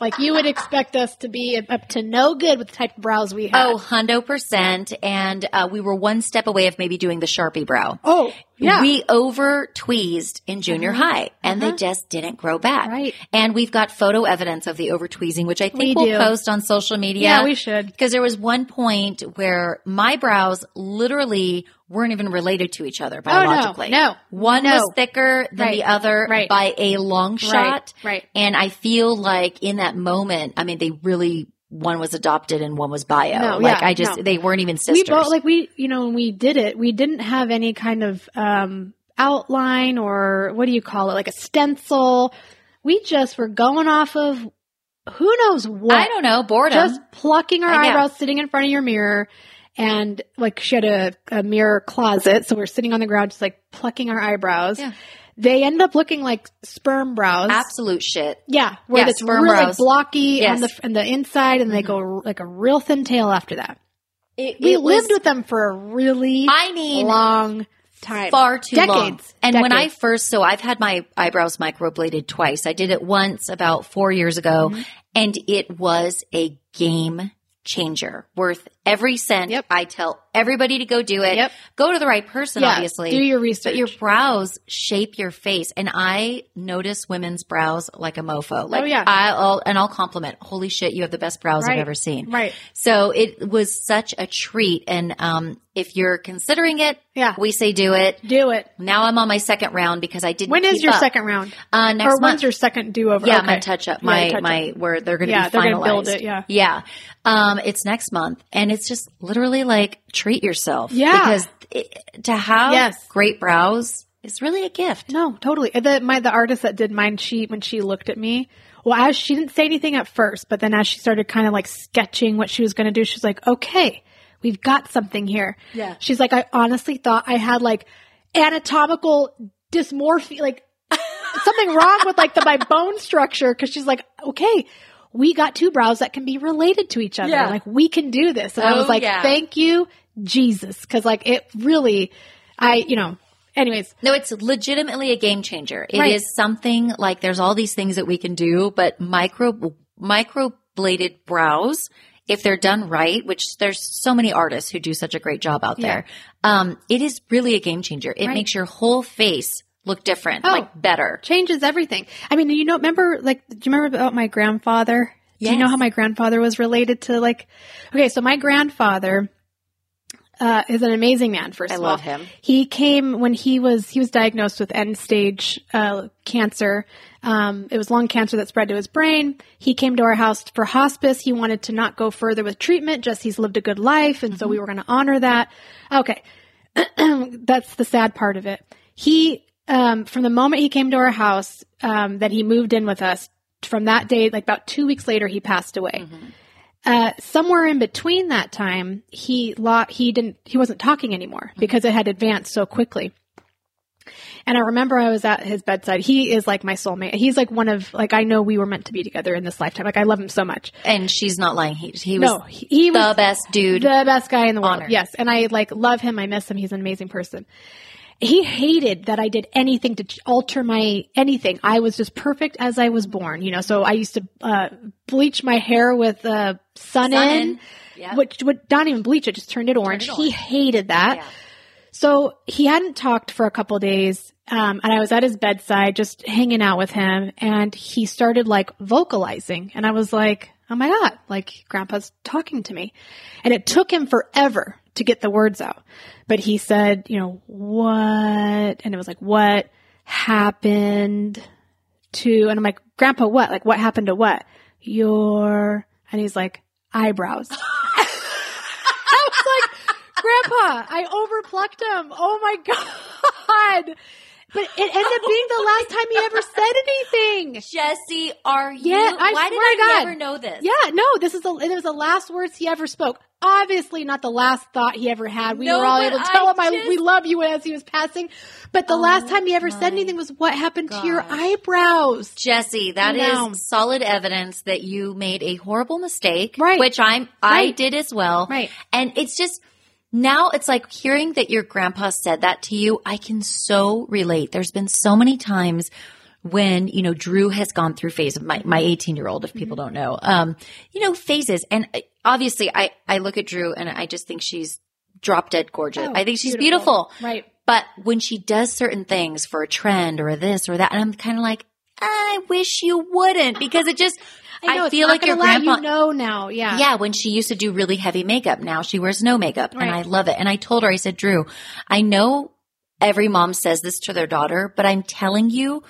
Like you would expect us to be up to no good with the type of brows we have.
Oh, hundo percent. And uh, we were one step away of maybe doing the Sharpie brow.
oh, yeah, Uh-huh.
We over tweezed in junior high and they just didn't grow back.
Right.
And we've got photo evidence of the over tweezing, which I think
We
we will
do.
post on social media.
yeah, we should.
Because there was one point where my brows literally weren't even related to each other
Oh, no.
biologically.
No.
One
No.
was thicker than the
Right.
other
Right.
by a long shot.
right.
And I feel like in that moment, I mean, they really, one was adopted and one was bio.
No,
like
yeah,
I just,
no.
they weren't even sisters.
We both like we, you know, when we did it, we didn't have any kind of um, outline or what do you call it, like a stencil. We just were going off of who knows what.
I don't know, boredom.
just plucking her
I know.
eyebrows, sitting in front of your mirror, and like she had a, a mirror closet, so we're sitting on the ground, just like plucking our eyebrows.
Yeah.
They end up looking like sperm brows.
Absolute shit.
Yeah, where
Yeah,
it's
sperm
really
brows.
blocky on
Yes.
the on the inside, and they go like a real thin tail after that.
It,
We
it was-
lived with them for a really
I mean,
long time,
far too long.
Decades.
And when I
Decades.
first, so I've had my eyebrows microbladed twice. I did it once
Mm-hmm.
about four years ago, and it was a game changer worth every cent.
Yep.
I tell everybody to go do it.
Yep.
Go to the right person, obviously.
do your research.
but your brows shape your face, and I notice women's brows like a mofo. Like
Oh, yeah.
I'll and I'll compliment. Holy shit, you have the best brows
Right.
I've ever seen.
right.
So it was such a treat, and um, if you're considering it,
Yeah.
we say do it.
Do it.
Now I'm on my second round because I didn't.
When is
keep
your
up.
second round?
Uh, next
or
month.
when's your second do over?
Yeah,
okay.
my touch up,
Yeah,
my
touch-up.
my where they're going to
Yeah,
be
they're
finalized.
gonna build it, yeah.
yeah. Um, it's next month, and it's just literally like treat yourself.
Yeah.
because it, to have
Yes.
great brows is really a gift.
No, totally. The my the artist that did mine, she when she looked at me, well, as she didn't say anything at first, but then as she started kind of like sketching what she was going to do, she's like, "Okay, we've got something here."
Yeah.
She's like, "I honestly thought I had like anatomical dysmorphia, like something wrong with like the my bone structure." Because she's like, "Okay." We got two brows that can be related to each other.
Yeah.
Like we can do this. And I
Oh,
was like,
yeah.
thank you, Jesus. Cause like it really, I, you know, anyways,
No, it's legitimately a game changer. It is
Right.
something like there's all these things that we can do, but micro micro bladed brows, if they're done right, which there's so many artists who do such a great job out there, um, it is really a game changer. It
Right.
makes your whole face look different,
Oh.
like better.
changes everything. I mean, you know, remember like, do you remember about my grandfather? Do you know
Yes.
how my grandfather was related to like? Okay, so my grandfather uh, is an amazing man. First
I
of all,
love him.
He came when he was he was diagnosed with end stage uh, cancer. Um, it was lung cancer that spread to his brain. He came to our house for hospice. He wanted to not go further with treatment. Just he's lived a good life, and so we were going to honor that. Okay, that's the sad part of it. He, um, from the moment he came to our house, um, that he moved in with us, from that day, like about two weeks later, he passed away. Uh, somewhere in between that time, he lo- he didn't he wasn't talking anymore because it had advanced so quickly. And I remember I was at his bedside. He is like my soulmate. He's like one of like I know we were meant to be together in this lifetime. Like I love him so much.
And she's not lying. He, he was
no, he, he
the
was
best dude.
the best guy in the world.
Honored.
Yes, and I like love him. I miss him. He's an amazing person. He hated that I did anything to ch- alter my anything. I was just perfect as I was born, you know. So I used to uh, bleach my hair with uh, sun, in,
Sun. Yep.
which would not even bleach it, just turned it orange. He
orange.
hated that.
Yeah.
So he hadn't talked for a couple days, um, and I was at his bedside just hanging out with him, and he started like vocalizing, and I was like, "Oh my god!" Like Grandpa's talking to me, and it took him forever to get the words out, but he said, "You know what?" And it was like, "What happened to?" And I'm like, "Grandpa, what? Like what happened to what? Your?" And he's like, "Eyebrows." I was like, Grandpa, I overplucked him. Oh my God. But it ended up being the
Oh
last time he ever said anything.
Jesse, are you?
Yeah, I
Why did
swear
I
to God.
never know this?
Yeah, no, this is the, it was the last words he ever spoke. Obviously, not the last thought he ever had. We
No,
were all
but
able to tell
I
him I,
just- Oh
we love you as he was passing. But the last time he ever said anything was what happened to your
gosh.
eyebrows.
Jesse, that is
No.
solid evidence that you made a horrible mistake,
Right.
which I'm I
Right.
did as well.
Right.
And it's just now it's like hearing that your grandpa said that to you, I can so relate. There's been so many times when, you know, Drew has gone through phase of my, my 18 year old, if people
Mm-hmm.
don't know, um, you know, phases. And uh, obviously I, I look at Drew and I just think she's drop dead gorgeous.
Oh,
I think she's beautiful.
Right.
But when she does certain things for a trend or a this or that, and I'm kind of like, I wish you wouldn't because it just,
I, know,
I,
it's
feel
not
like your
gonna lie,
grandpa.
You know now. Yeah.
yeah, when she used to do really heavy makeup, now she wears no makeup and
Right.
I love it. And I told her, I said, Drew, I know every mom says this to their daughter, but I'm telling you,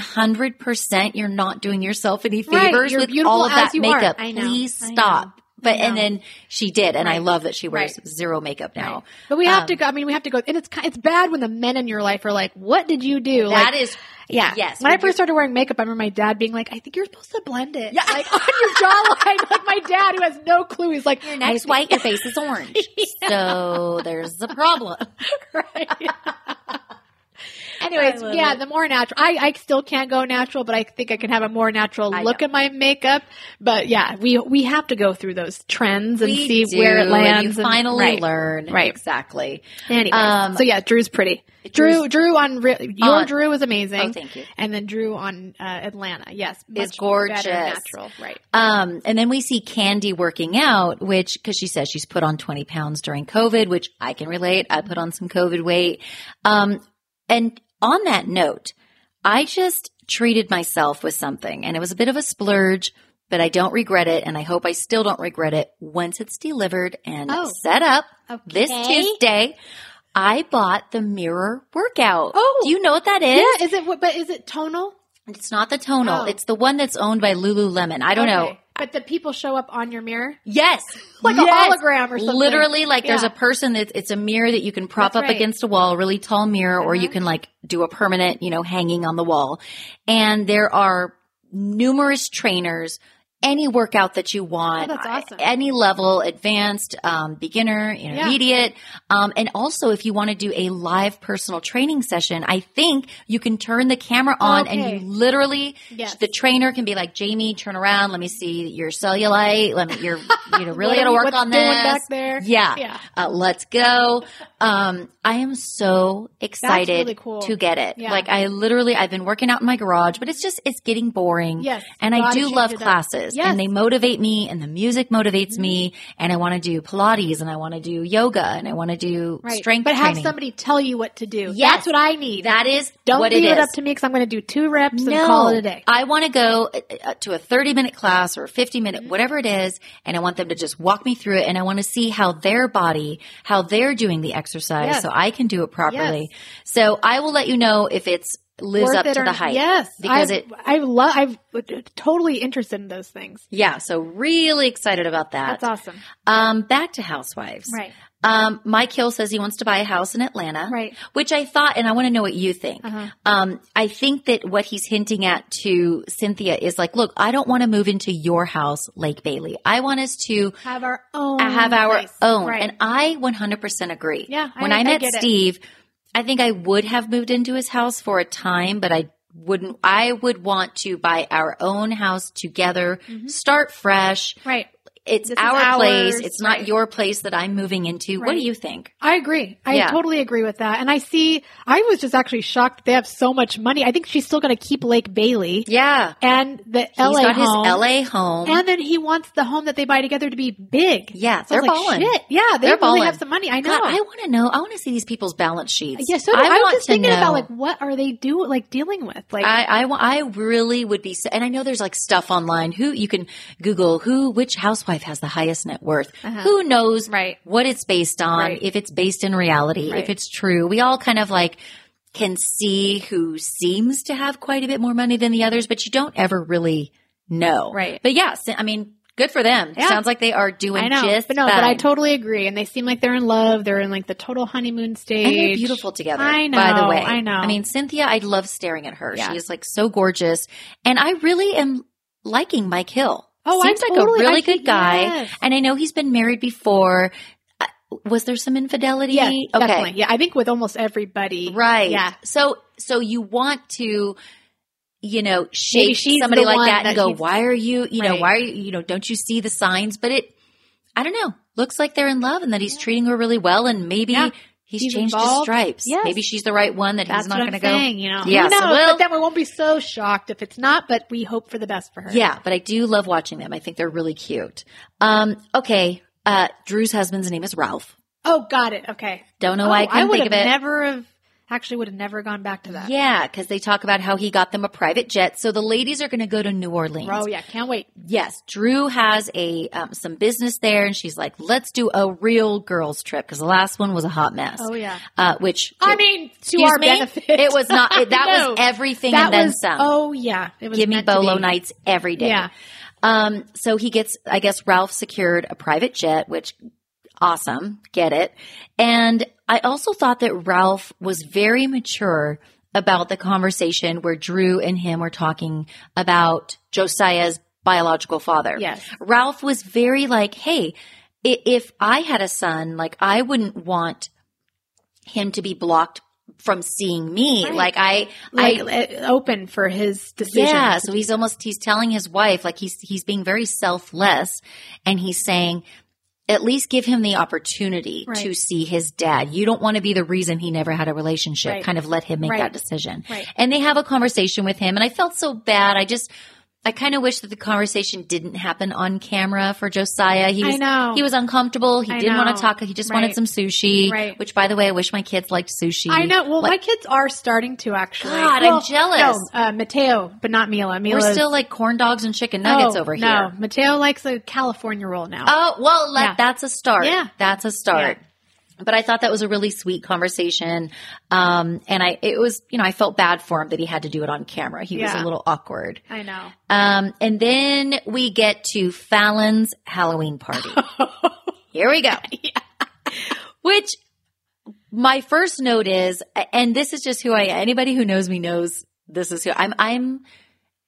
100% you're not doing yourself any
Right,
favors
you're
with
beautiful
all of
as
that
you are.
makeup.
I know,
Please
I know,
stop. But, and
know.
then she did. And I
Right.
love that she wears
Right.
zero makeup now.
Right. But we have
Um,
to go. I mean, we have to go. And it's ki- it's bad when the men in your life are like, "What did you do?"
That
Like,
is
yeah.
yes,
When I
when you-
first started wearing makeup, I remember my dad being like, "I think you're supposed to blend it."
Yeah.
Like on your jawline. like my dad, who has no clue, he's like,
Your
"I
neck's
think-"
white, your face is orange. So there's a problem.
Right. anyways,
I love
yeah,
it.
the more natural. I, I still can't go natural, but I think I can have a more natural
I
look at my makeup. But yeah, we we have to go through those trends and
We
see
do,
where it
and
lands.
You
and-
finally
right.
learn.
Right.
Exactly.
Anyways,
Um,
so yeah, Drew's pretty.
Drew's-
Drew, Drew on re- your
On-
Drew is amazing.
Oh, thank you.
And then Drew on uh, Atlanta, yes,
Is
much better
gorgeous.
natural, right?
Um, and then we see Candy working out, which, cause she says she's put on 20 pounds during COVID, which I can relate. I put on some COVID weight. Um, and on that note, I just treated myself with something and it was a bit of a splurge, but I don't regret it. And I hope I still don't regret it once it's delivered and
Oh.
set up this
Okay.
Tuesday. I bought the mirror workout.
Oh.
do you know what that is?
Yeah, is it? what- But is it tonal?
It's not the tonal.
Oh.
It's the one that's owned by Lululemon. I don't know.
Okay. But the people show up on your mirror,
Yes.
like
yes.
a hologram or something.
Literally, like there's
Yeah.
a person that it's a mirror that you can prop
That's
up
right.
against a wall, a really tall mirror, or you
Mhm.
can like do a permanent, you know, hanging on the wall. And there are numerous trainers, any workout that you want,
Oh, that's awesome.
I- any level, advanced, um, beginner, intermediate. Um, and also, if you want to do a live personal training session, I think you can turn the camera on
Oh, Okay.
and you literally
Yes.
the trainer can be like, Jamie, turn around. Let me see your cellulite. Let me, you're, you know, really got to
What are you-
work
what's
on this.
doing back there.
Yeah.
Yeah.
Uh, let's go. Um, I am so excited
really cool.
to get it.
Yeah.
Like I literally, I've been working out in my garage, but it's just, it's getting boring.
Yes.
And
You
I
gotta
do
change
love
it up.
classes
Yes. Mm-hmm.
and they motivate me and the music motivates me and I want to do Pilates and I want to do yoga and I want to do
right?
strength
but have
training.
somebody tell you what to do.
Yes.
That's what I need.
that is
Don't
what
leave
it
it,
is.
up to me because I'm going to do two reps and call it a day.
I want to go uh, uh, to a 30 minute class or a 50 minute,
Mm-hmm.
whatever it is, and I want them to just walk me through it and I want to see how their body, how they're doing the exercise
Yes.
so I can do it properly. So I will let you know if it's lives
Worth
up
it
to
or
the
not.
hype.
Yes,
Because
I,
it-
I love. I'm totally interested in those things.
Yeah, so really excited about that.
That's awesome.
Um, back to housewives.
Right.
Um, Mike Hill says he wants to buy a house in Atlanta.
Right. Uh-huh.
Which I thought, and I want to know what you think. Um, I think that what he's hinting at to Cynthia is like, look, I don't want to move into your house, Lake Bailey. I want us to
Have our own.
have our
place.
own.
Right.
And I 100% agree.
Yeah, I-
when I,
I
met
get it.
Steve, I think I would have moved into his house for a time, but I wouldn't, I would want to buy our own house together,
Mm-hmm.
start fresh.
right.
It's
This is
our place.
ours,
It's
right.
not your place that I'm moving into. What do
Right.
you think?
I agree. I
Yeah.
totally agree with that. And I see. I was just actually shocked that they have so much money. I think she's still going to keep Lake Bailey
Yeah.
and the
He's
LA
got
home.
his LA home.
and then he wants the home that they buy together to be big.
yeah,
So I
they're
was like,
balling.
Shit. Yeah, they
They're
really
balling.
have some money. I know.
God, I want to know. I want to see these people's balance sheets.
yeah, so do I, was
want
just
to
thinking
know.
about like what are they do like dealing with like
I, I, wa- I really would be, so- and I know there's like stuff online who you can Google who, which housewife has the highest net worth, who knows
Uh-huh. Right.
what it's based on,
Right.
if it's based in reality,
Right.
if it's true. We all kind of like can see who seems to have quite a bit more money than the others, but you don't ever really know.
Right.
But yes, I mean, good for them.
Yeah.
Sounds like they are doing
I know,
just
but no, but I
fine.
totally agree. And they seem like they're in love. They're in like the total honeymoon stage.
And they're beautiful together.
I know.
By the way,
I know.
I mean, Cynthia, I love staring at her.
Yeah.
She is like so gorgeous, and I really am liking Mike Hill.
Oh, I
seems like
totally-
a really
I
good
think-
guy,
yes.
and I know he's been married before. Uh, Was there some infidelity?
yes,
okay,
definitely. Yeah, I think with almost everybody,
right.
Yeah,
So, so you want to. You know,
Maybe
shape
she's
somebody
the
like
one
that
that
and go,
he's-
why are you, you know,
Right.
why are you, you know, don't you see the signs? But it, I don't know, looks like they're in love and that he's treating her really well. And maybe
Yeah.
he's,
He's
changed his
involved.
stripes.
Yes.
Maybe she's the right one that
that's
he's not
what
going to
I'm
go.
saying. You know,
Yeah,
who
so
knows?
we'll-
but then we won't be so shocked if it's not. But we hope for the best for her.
Yeah, but I do love watching them. I think they're really cute. Um, okay, uh, Drew's husband's name is Ralph.
Oh, got it. Okay.
Don't know
oh,
why I couldn't
would
think of
have
it.
never have actually would have never gone back to that.
yeah, because they talk about how he got them a private jet. So the ladies are going to go to New Orleans.
Oh yeah, can't wait.
Yes, Drew has a um, some business there, and she's like, "Let's do a real girls trip," because the last one was a hot mess.
Oh, yeah.
uh, which
I mean, to
excuse
our
me,
benefit.
it was not. It, that
No.
was everything,
that
and then
was
some.
oh yeah, it was
Give me
meant to
bolo
be.
nights every day.
Yeah.
Um, so he gets, I guess Ralph secured a private jet, which awesome. Get it. And I also thought that Ralph was very mature about the conversation where Drew and him were talking about Josiah's biological father.
Yes.
Ralph was very like, Hey, i- if I had a son, like I wouldn't want him to be blocked from seeing me.
Right.
Like I,
like
I,
uh, open for his decision.
yeah. So he's almost he's telling his wife like he's he's being very selfless, and he's saying. At least give him the opportunity
Right.
to see his dad. You don't want to be the reason he never had a relationship.
Right.
Kind of let him make
Right.
that decision.
Right.
And they have a conversation with him. And I felt so bad. I just, I kind of wish that the conversation didn't happen on camera for Josiah. He
I
was,
know.
he was uncomfortable. He
I
didn't want
know.
to talk. He just
Right.
wanted some sushi.
Right.
Which, by the way, I wish my kids liked sushi.
I know. Well,
Like,
my kids are starting to actually.
God, I'm
Well,
jealous.
No, uh, Mateo, but not Mila. Mila's, Oh,
we're still like corn dogs and chicken nuggets
No,
over here.
No, Mateo likes a California roll now.
Oh, well, let,
Yeah.
that's a start.
Yeah.
That's a start. But I thought that was a really sweet conversation. Um, and I, it was, you know, I felt bad for him that he had to do it on camera. He was a
Yeah.
little awkward.
I know.
Um, and then we get to Fallon's Halloween party. Here we go. Which my first note is, and this is just who I, anybody who knows me knows this is who I'm, I'm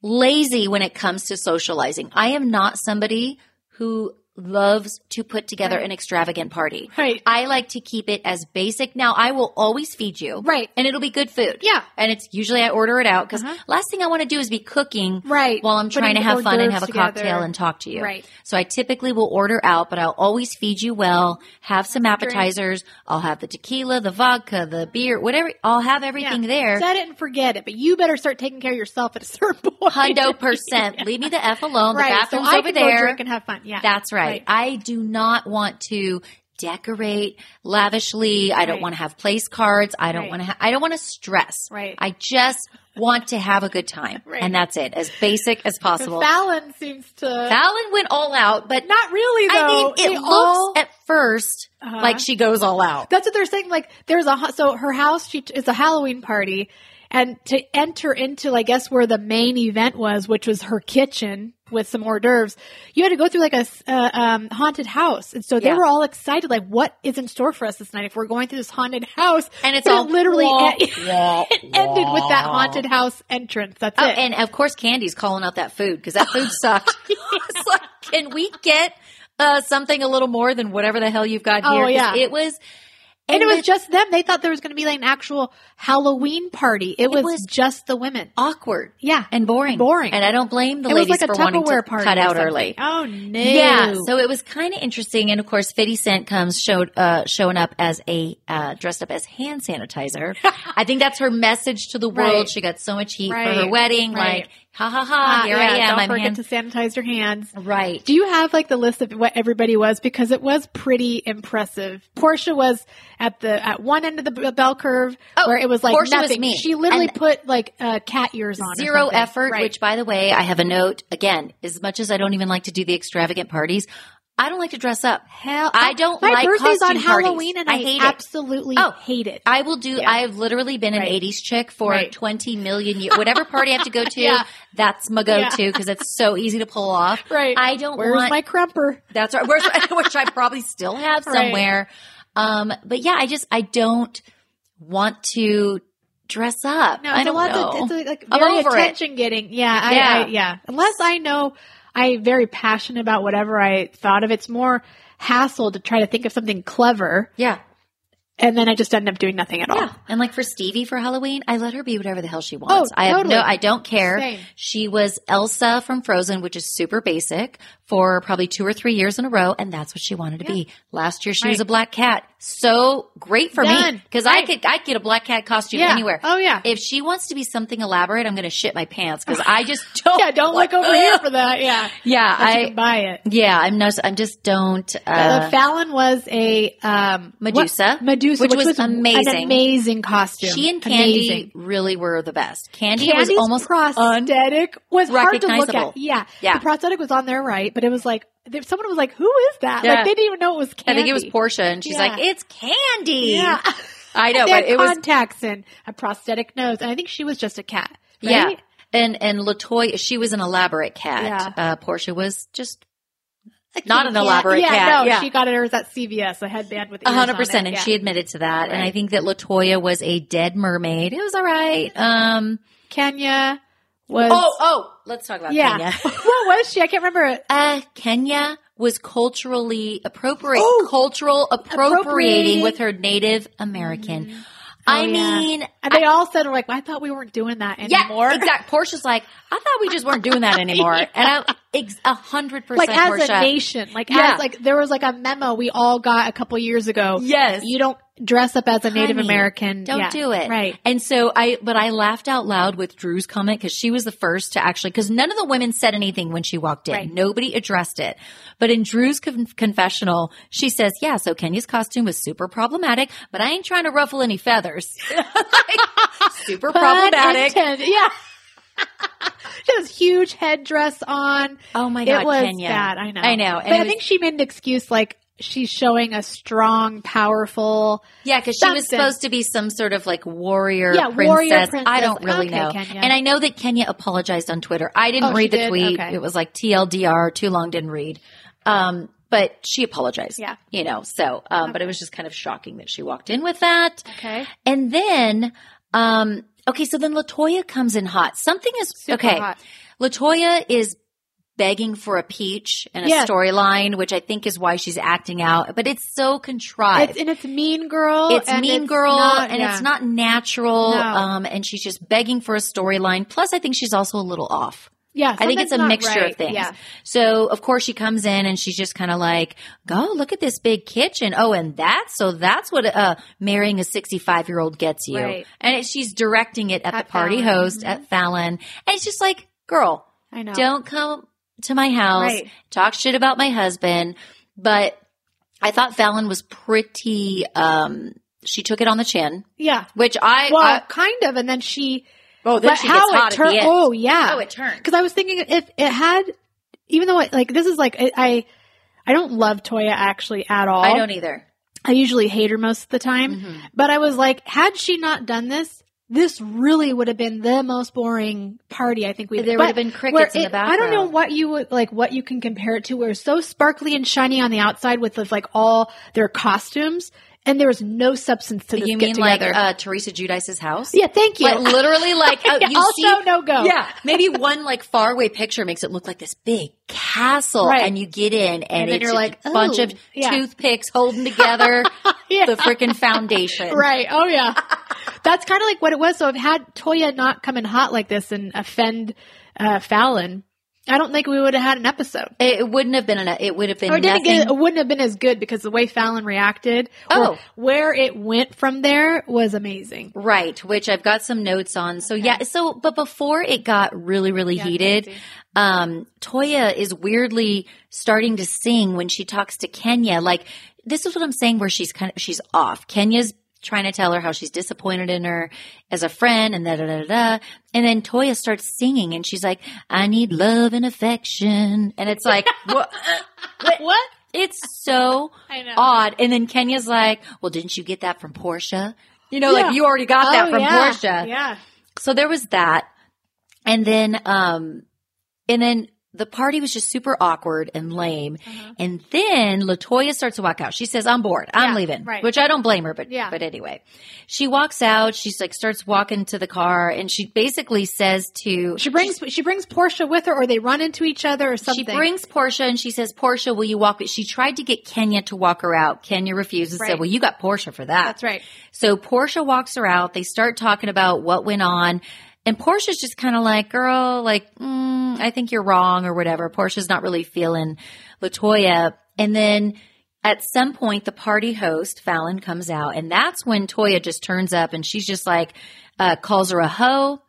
lazy when it comes to socializing. I am not somebody who loves to put together
Right.
an extravagant party.
Right.
I like to keep it as basic. Now I will always feed you.
Right.
And it'll be good food.
Yeah.
And it's usually I order it out because
Uh-huh.
last thing I want to do is be cooking
Right.
while I'm
Putting
trying to have
hors
fun and
d'oeuvres
have a
together.
cocktail and talk to you.
Right.
So I typically will order out, but I'll always feed you well, have some appetizers. I'll have the tequila, the vodka, the beer, whatever. I'll have everything
Yeah.
there.
Set it and forget it, but you better start taking care of yourself at a certain point.
Hundo percent. Leave me the F alone. The
right. So
bathroom's
I
over
can
there.
go drink and have fun. Yeah.
That's right.
Right.
I do not want to decorate lavishly. I don't
Right.
want to have place cards. I don't
Right.
want to. Ha- I don't want to stress.
Right.
I just want to have a good time,
Right.
and that's it. As basic as
But
possible.
Fallon seems to
Fallon went all out, but
not really though.
I mean,
They
it looks
all-
at 1st
Uh-huh.
like she goes all out.
That's what they're saying. Like, there's a hu- so her house. She it's a Halloween party, and to enter into, I guess, where the main event was, which was her kitchen with some hors d'oeuvres. You had to go through like a s- uh, um, haunted house, and so they
Yeah.
were all excited. Like, what is in store for us this night if we're going through this haunted house?
And it's
But it
all
literally
wah,
e-
wah,
ended with that
wah.
haunted house entrance. That's
Oh,
it.
and of course, Candy's calling out that food because that food sucked. It's like, can we get uh, something a little more than whatever the hell you've got
Oh,
here? 'Cause
yeah.
It was.
And it was
the-
just them. They thought there was going to be like an actual Halloween party. It, was,
was-
just the women.
awkward
Yeah.
and boring.
Boring.
And I don't blame the
it was
ladies
like a
for wanting
Tupperware
to
party.
cut
or
out
something.
early.
Oh no.
Yeah, so it was kind of interesting, and of course, Fifty Cent comes showed uh, showing up as a uh, dressed up as hand sanitizer. I think that's her message to the world.
Right.
She got so much heat for her
Right.
wedding,
Right.
like ha ha ha,
Ah,
here
yeah,
I am,
Don't
I'm
forget
hand-
to sanitize your hands.
right.
Do you have like the list of what everybody was because it was pretty impressive. Portia was at the at one end of the b- bell curve
Oh,
where it was like
Portia was
nothing.
me.
She literally
And-
put like uh, cat ears on. or
Zero
something.
effort,
Right.
which by the way, I have a note again, as much as I don't even like to do the extravagant parties, I don't like to dress up.
hell,
I don't
My
like
birthday's on
costume parties.
Halloween, and
I
I,
hate it.
absolutely
Oh.
hate it.
I will do.
Yeah.
I've literally been an
Right.
'80s chick for
Right.
20 million years. Whatever party I have to go to,
Yeah.
that's my go-to
Yeah.
because it's so easy to pull off.
Right.
I don't
Where's
want.
my crumper?
that's right. Where's, which I probably still have
Right.
somewhere. Um, but yeah, I just I don't want to dress up.
No,
I
it's a
don't
lot
know.
Of, it's like
I'm
very
over it.
attention getting. Yeah, I,
Yeah.
I, yeah. Unless I know I'm very passionate about whatever I thought of, it's more hassle to try to think of something clever,
yeah,
and then I just end up doing nothing at all.
yeah. And like for Stevie for Halloween, I let her be whatever the hell she wants. I have
Oh, totally.
no. I don't care.
Same.
She was Elsa from Frozen, which is super basic, for probably two or three years in a row, and that's what she wanted to be. Last year she was
Right.
a black cat. So great for me
Done.
because I
Right.
could I could get a black cat costume
Yeah.
anywhere.
Oh, yeah.
If she wants to be something elaborate, I'm going to shit my pants because I just don't.
Yeah, don't look over here for that. Yeah,
Yeah,
Unless you
I
can buy it.
yeah, I'm not. I'm just don't.
Uh,
Uh,
Fallon was a um, what-
Medusa,
Medusa,
which
which,
was
was
amazing.
An amazing costume.
she and Candy
Amazing.
really were the best. Candy
Candy's
was almost
prosthetic was hard to look
unrecognizable.
at. Yeah,
Yeah.
the prosthetic was on there, right? But it was like there, someone was like, "Who is that?"
Yeah.
Like they didn't even know it was
I
Candy.
think it was Portia, and she's
Yeah.
like, "It's Candy."
Yeah,
I know,
they
but
had
it was
contacts and a prosthetic nose, and I think she was just a cat. Right?
Yeah. And and Latoya, she was an elaborate cat.
Yeah.
Uh, Portia was just
A cute
Not an
cat.
elaborate
yeah,
cat.
No,
Yeah.
she got it. It was at CVS, a headband with ears
hundred
on
percent,
it.
and
Yeah.
she admitted to that. And
Right.
I think that Latoya was a dead mermaid. It was all right. Um.
Kenya was.
Oh, oh, let's talk about
yeah.
Kenya.
what was she? I can't remember. it.
Uh, Kenya was culturally appropriate,
Oh!
cultural appropriating
Appropriating. Mm-hmm. Oh,
with her Native American. I
yeah.
mean,
And they all said, like, well, I thought we weren't doing that anymore.
yeah, exact. Portia's like, I thought we just weren't doing that anymore, and I, ex- a hundred percent,
Like as
Portia.
a nation, like
Yeah.
as like there was like a memo we all got a couple years ago.
Yes.
you don't dress up as a Native
Honey,
American.
Don't
Yeah.
do it.
Right.
And so I, but I laughed out loud with Drew's comment because she was the first to actually, because none of the women said anything when she walked in.
Right.
Nobody addressed it. But in Drew's con- confessional, she says, yeah, so Kenya's costume was super problematic, but I ain't trying to ruffle any feathers. Like, super
Pun
problematic.
intended. Yeah. she has huge headdress on.
oh my God,
it was
Kenya.
bad. I know.
I know.
But
And it
I
was-
think she made an excuse like she's showing a strong, powerful.
Yeah, because she was
Something.
supposed to be some sort of like warrior,
Yeah,
princess.
warrior
I
princess.
don't really
Okay,
know.
Kenya.
And I know that Kenya apologized on Twitter. I
Oh,
didn't
she
read the
did?
tweet.
Okay.
It was like TLDR, too long, didn't read. Um, but she apologized.
Yeah.
You know, so, um, but it was just kind of shocking that she walked in with that.
Okay.
And then, um, okay, so then Latoya comes in hot. Something is,
Super
okay.
hot.
Latoya is begging for a peach and a
Yeah.
storyline, which I think is why she's acting out, but it's so contrived
It's, and it's Mean Girl.
it's
and
mean girl
not-
and
yeah.
it's not natural
No.
um and she's just begging for a storyline plus i think she's also a little off
Yeah,
i think it's
something's
a
not
mixture
right.
of things
Yeah.
so of course she comes in and she's just kind of like oh look at this big kitchen oh and that so that's what uh marrying a 65 year old gets you
Right.
and it, she's directing it at,
At
the party
Fallon. mm-hmm.
host at fallon and it's just like girl
I know.
don't come to my house,
Right.
talk shit about my husband. But I thought Fallon was pretty, um, she took it on the chin,
Yeah.
which I,
Well,
I
kind of, and then she.
oh,
but how it turned? Oh yeah.
How it turned.
because I was thinking if it had, even though it, like this is like I, I, I don't love Toya actually at all.
I don't e- either.
I usually hate her most of the time,
Mhm.
but I was like, had she not done this, this really would have been the most boring party. I think we
There
but
would have been crickets
where
in the
it-
background.
I don't know what you would like what you can compare it to where it's so sparkly and shiny on the outside with those, like all their costumes and there was no substance to this
You mean
get
like
together.
uh, Teresa Judice's house?
yeah, thank you.
Like literally, like uh, you
also
see,
no go.
Yeah, maybe one like faraway picture makes it look like this big castle,
Right.
and you get in, and,
And then
it's
you're
a
like,
bunch
"Oh,
of
yeah."
toothpicks holding together
Yeah.
the freaking foundation.
Right. Oh yeah. That's kind of like what it was. So I've had Toya not come in hot like this and offend uh, Fallon. I don't think we would have had an episode.
It it wouldn't have been an. It would have been
Or it didn't
nothing.
get, it wouldn't have been as good because the way Fallon reacted, or
Oh.
where it went from there was amazing.
Right, which I've got some notes on. So yeah, so but before it got really really
Yeah,
heated,
crazy.
um Toya is weirdly starting to sing when she talks to Kenya. Like this is what I'm saying where she's kind of she's off. Kenya's trying to tell her how she's disappointed in her as a friend and da da da da. And then Toya starts singing and she's like, "I need love and affection." And it's like, what?
What?
It's so
I know.
odd. And then Kenya's like, well, didn't you get that from Portia? You know,
Yeah.
like you already got that
Oh,
from
yeah.
Portia.
Yeah.
So there was that. And then, um, and then the party was just super awkward and lame.
Uh-huh.
And then Latoya starts to walk out. She says, I'm bored. I'm
Yeah,
leaving,
right.
which I don't blame her, but,
Yeah.
but anyway, she walks out. She's like, starts walking to the car and she basically says to,
She brings she brings Portia with her, or they run into each other, or something.
she brings Portia and she says, Portia, will you walk? me-" She tried to get Kenya to walk her out. Kenya refuses and
Right.
said, well, you got Portia for that.
That's right.
So Portia walks her out. They start talking about what went on. And Portia's just kind of like, girl, like, mm, I think you're wrong or whatever. Portia's not really feeling Latoya. And then at some point, the party host, Fallon, comes out. And that's when Toya just turns up and she's just like, uh, calls her a hoe.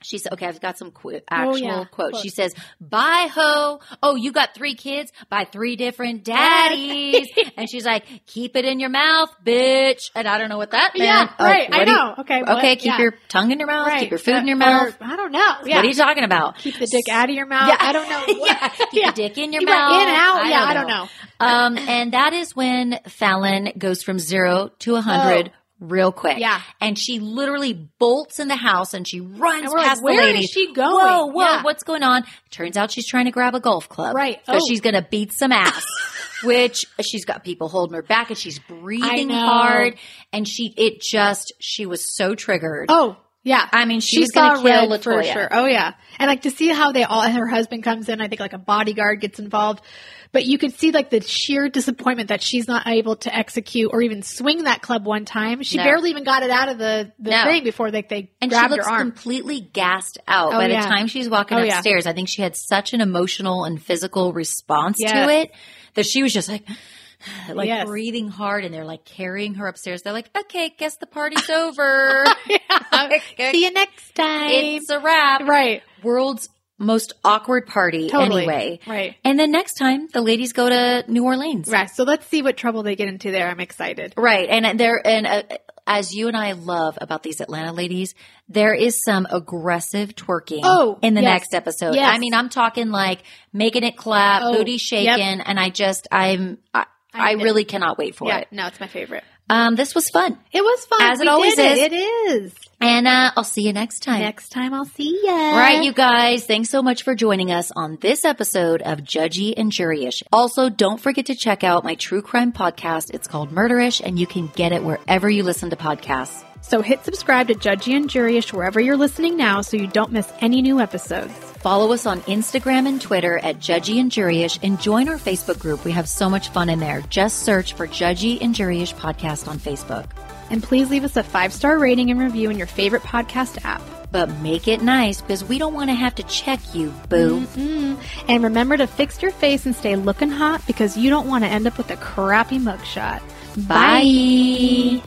She said, okay, I've got some qu- actual
yeah.
quote.
Quote.
She says, bye ho. Oh, you got three kids by three different daddies. and she's like, keep it in your mouth, bitch. And I don't know what that meant.
Yeah,
Oh,
right.
what
I
do you-
know. okay.
okay,
what-
keep
yeah.
your tongue in your mouth,
Right.
keep your food in your
Or-
mouth.
I don't know. Yeah.
What are you talking about?
keep the dick out of your mouth.
Yeah.
I don't know.
yeah, keep
Yeah.
your dick in your
You went
mouth.
in and out. yeah, I don't know.
Um, and that is when Fallon goes from zero to a hundred real quick.
Oh. Yeah.
and she literally bolts in the house and she runs
And we're like,
past
"Where
the
is
lady.
she going?"
Whoa, whoa,
Yeah.
what's going on? Turns out she's trying to grab a golf club.
Right.
so
Oh.
she's gonna beat some ass. Which she's got people holding her back and she's breathing
know.
hard and she, it just, she was so triggered.
Oh, Yeah.
I mean, she, was going to kill
red
Latoya.
Oh yeah, and like to see how they all and her husband comes in. I think like a bodyguard gets involved, but you could see like the sheer disappointment that she's not able to execute or even swing that club one time. She
No.
barely even got it out of the, the
No.
thing before they they
And she
grabbed
looks
her arm.
completely gassed out.
Oh,
By
yeah.
the time she's walking
Oh, yeah.
upstairs, I think she had such an emotional and physical response
Yes.
to it that she was just like, like
Yes.
breathing hard and they're like carrying her upstairs. They're like, okay, guess the party's over.
see you next time.
it's a wrap.
right.
World's most awkward party
Totally.
anyway.
Right.
And then next time the ladies go to New Orleans.
Right. So let's see what trouble they get into there. I'm excited.
Right. And there, and uh, as you and I love about these Atlanta ladies, there is some aggressive twerking
Oh,
in the
yes.
next episode.
Yes.
I mean, I'm talking like making it clap,
Oh,
booty shaking, and I just, I'm, I, I,
need it.
really cannot wait for
Yeah.
it.
No, it's my favorite.
Um, this was fun.
It was fun.
As it
We
always
did
is.
It is.
And uh, I'll see you next time.
Next time I'll see ya.
All right, you guys, thanks so much for joining us on this episode of Judgy and Juryish. Also, don't forget to check out my true crime podcast. It's called Murderish, and you can get it wherever you listen to podcasts.
So hit subscribe to Judgy and Juryish wherever you're listening now so you don't miss any new episodes.
Follow us on Instagram and Twitter at Judgy and Juryish and join our Facebook group. We have so much fun in there. Just search for Judgy and Juryish podcast on Facebook.
And please leave us a five star rating and review in your favorite podcast app.
But make it nice because we don't want to have to check you, boo.
And remember to fix your face and stay looking hot because you don't want to end up with a crappy mugshot.
Bye.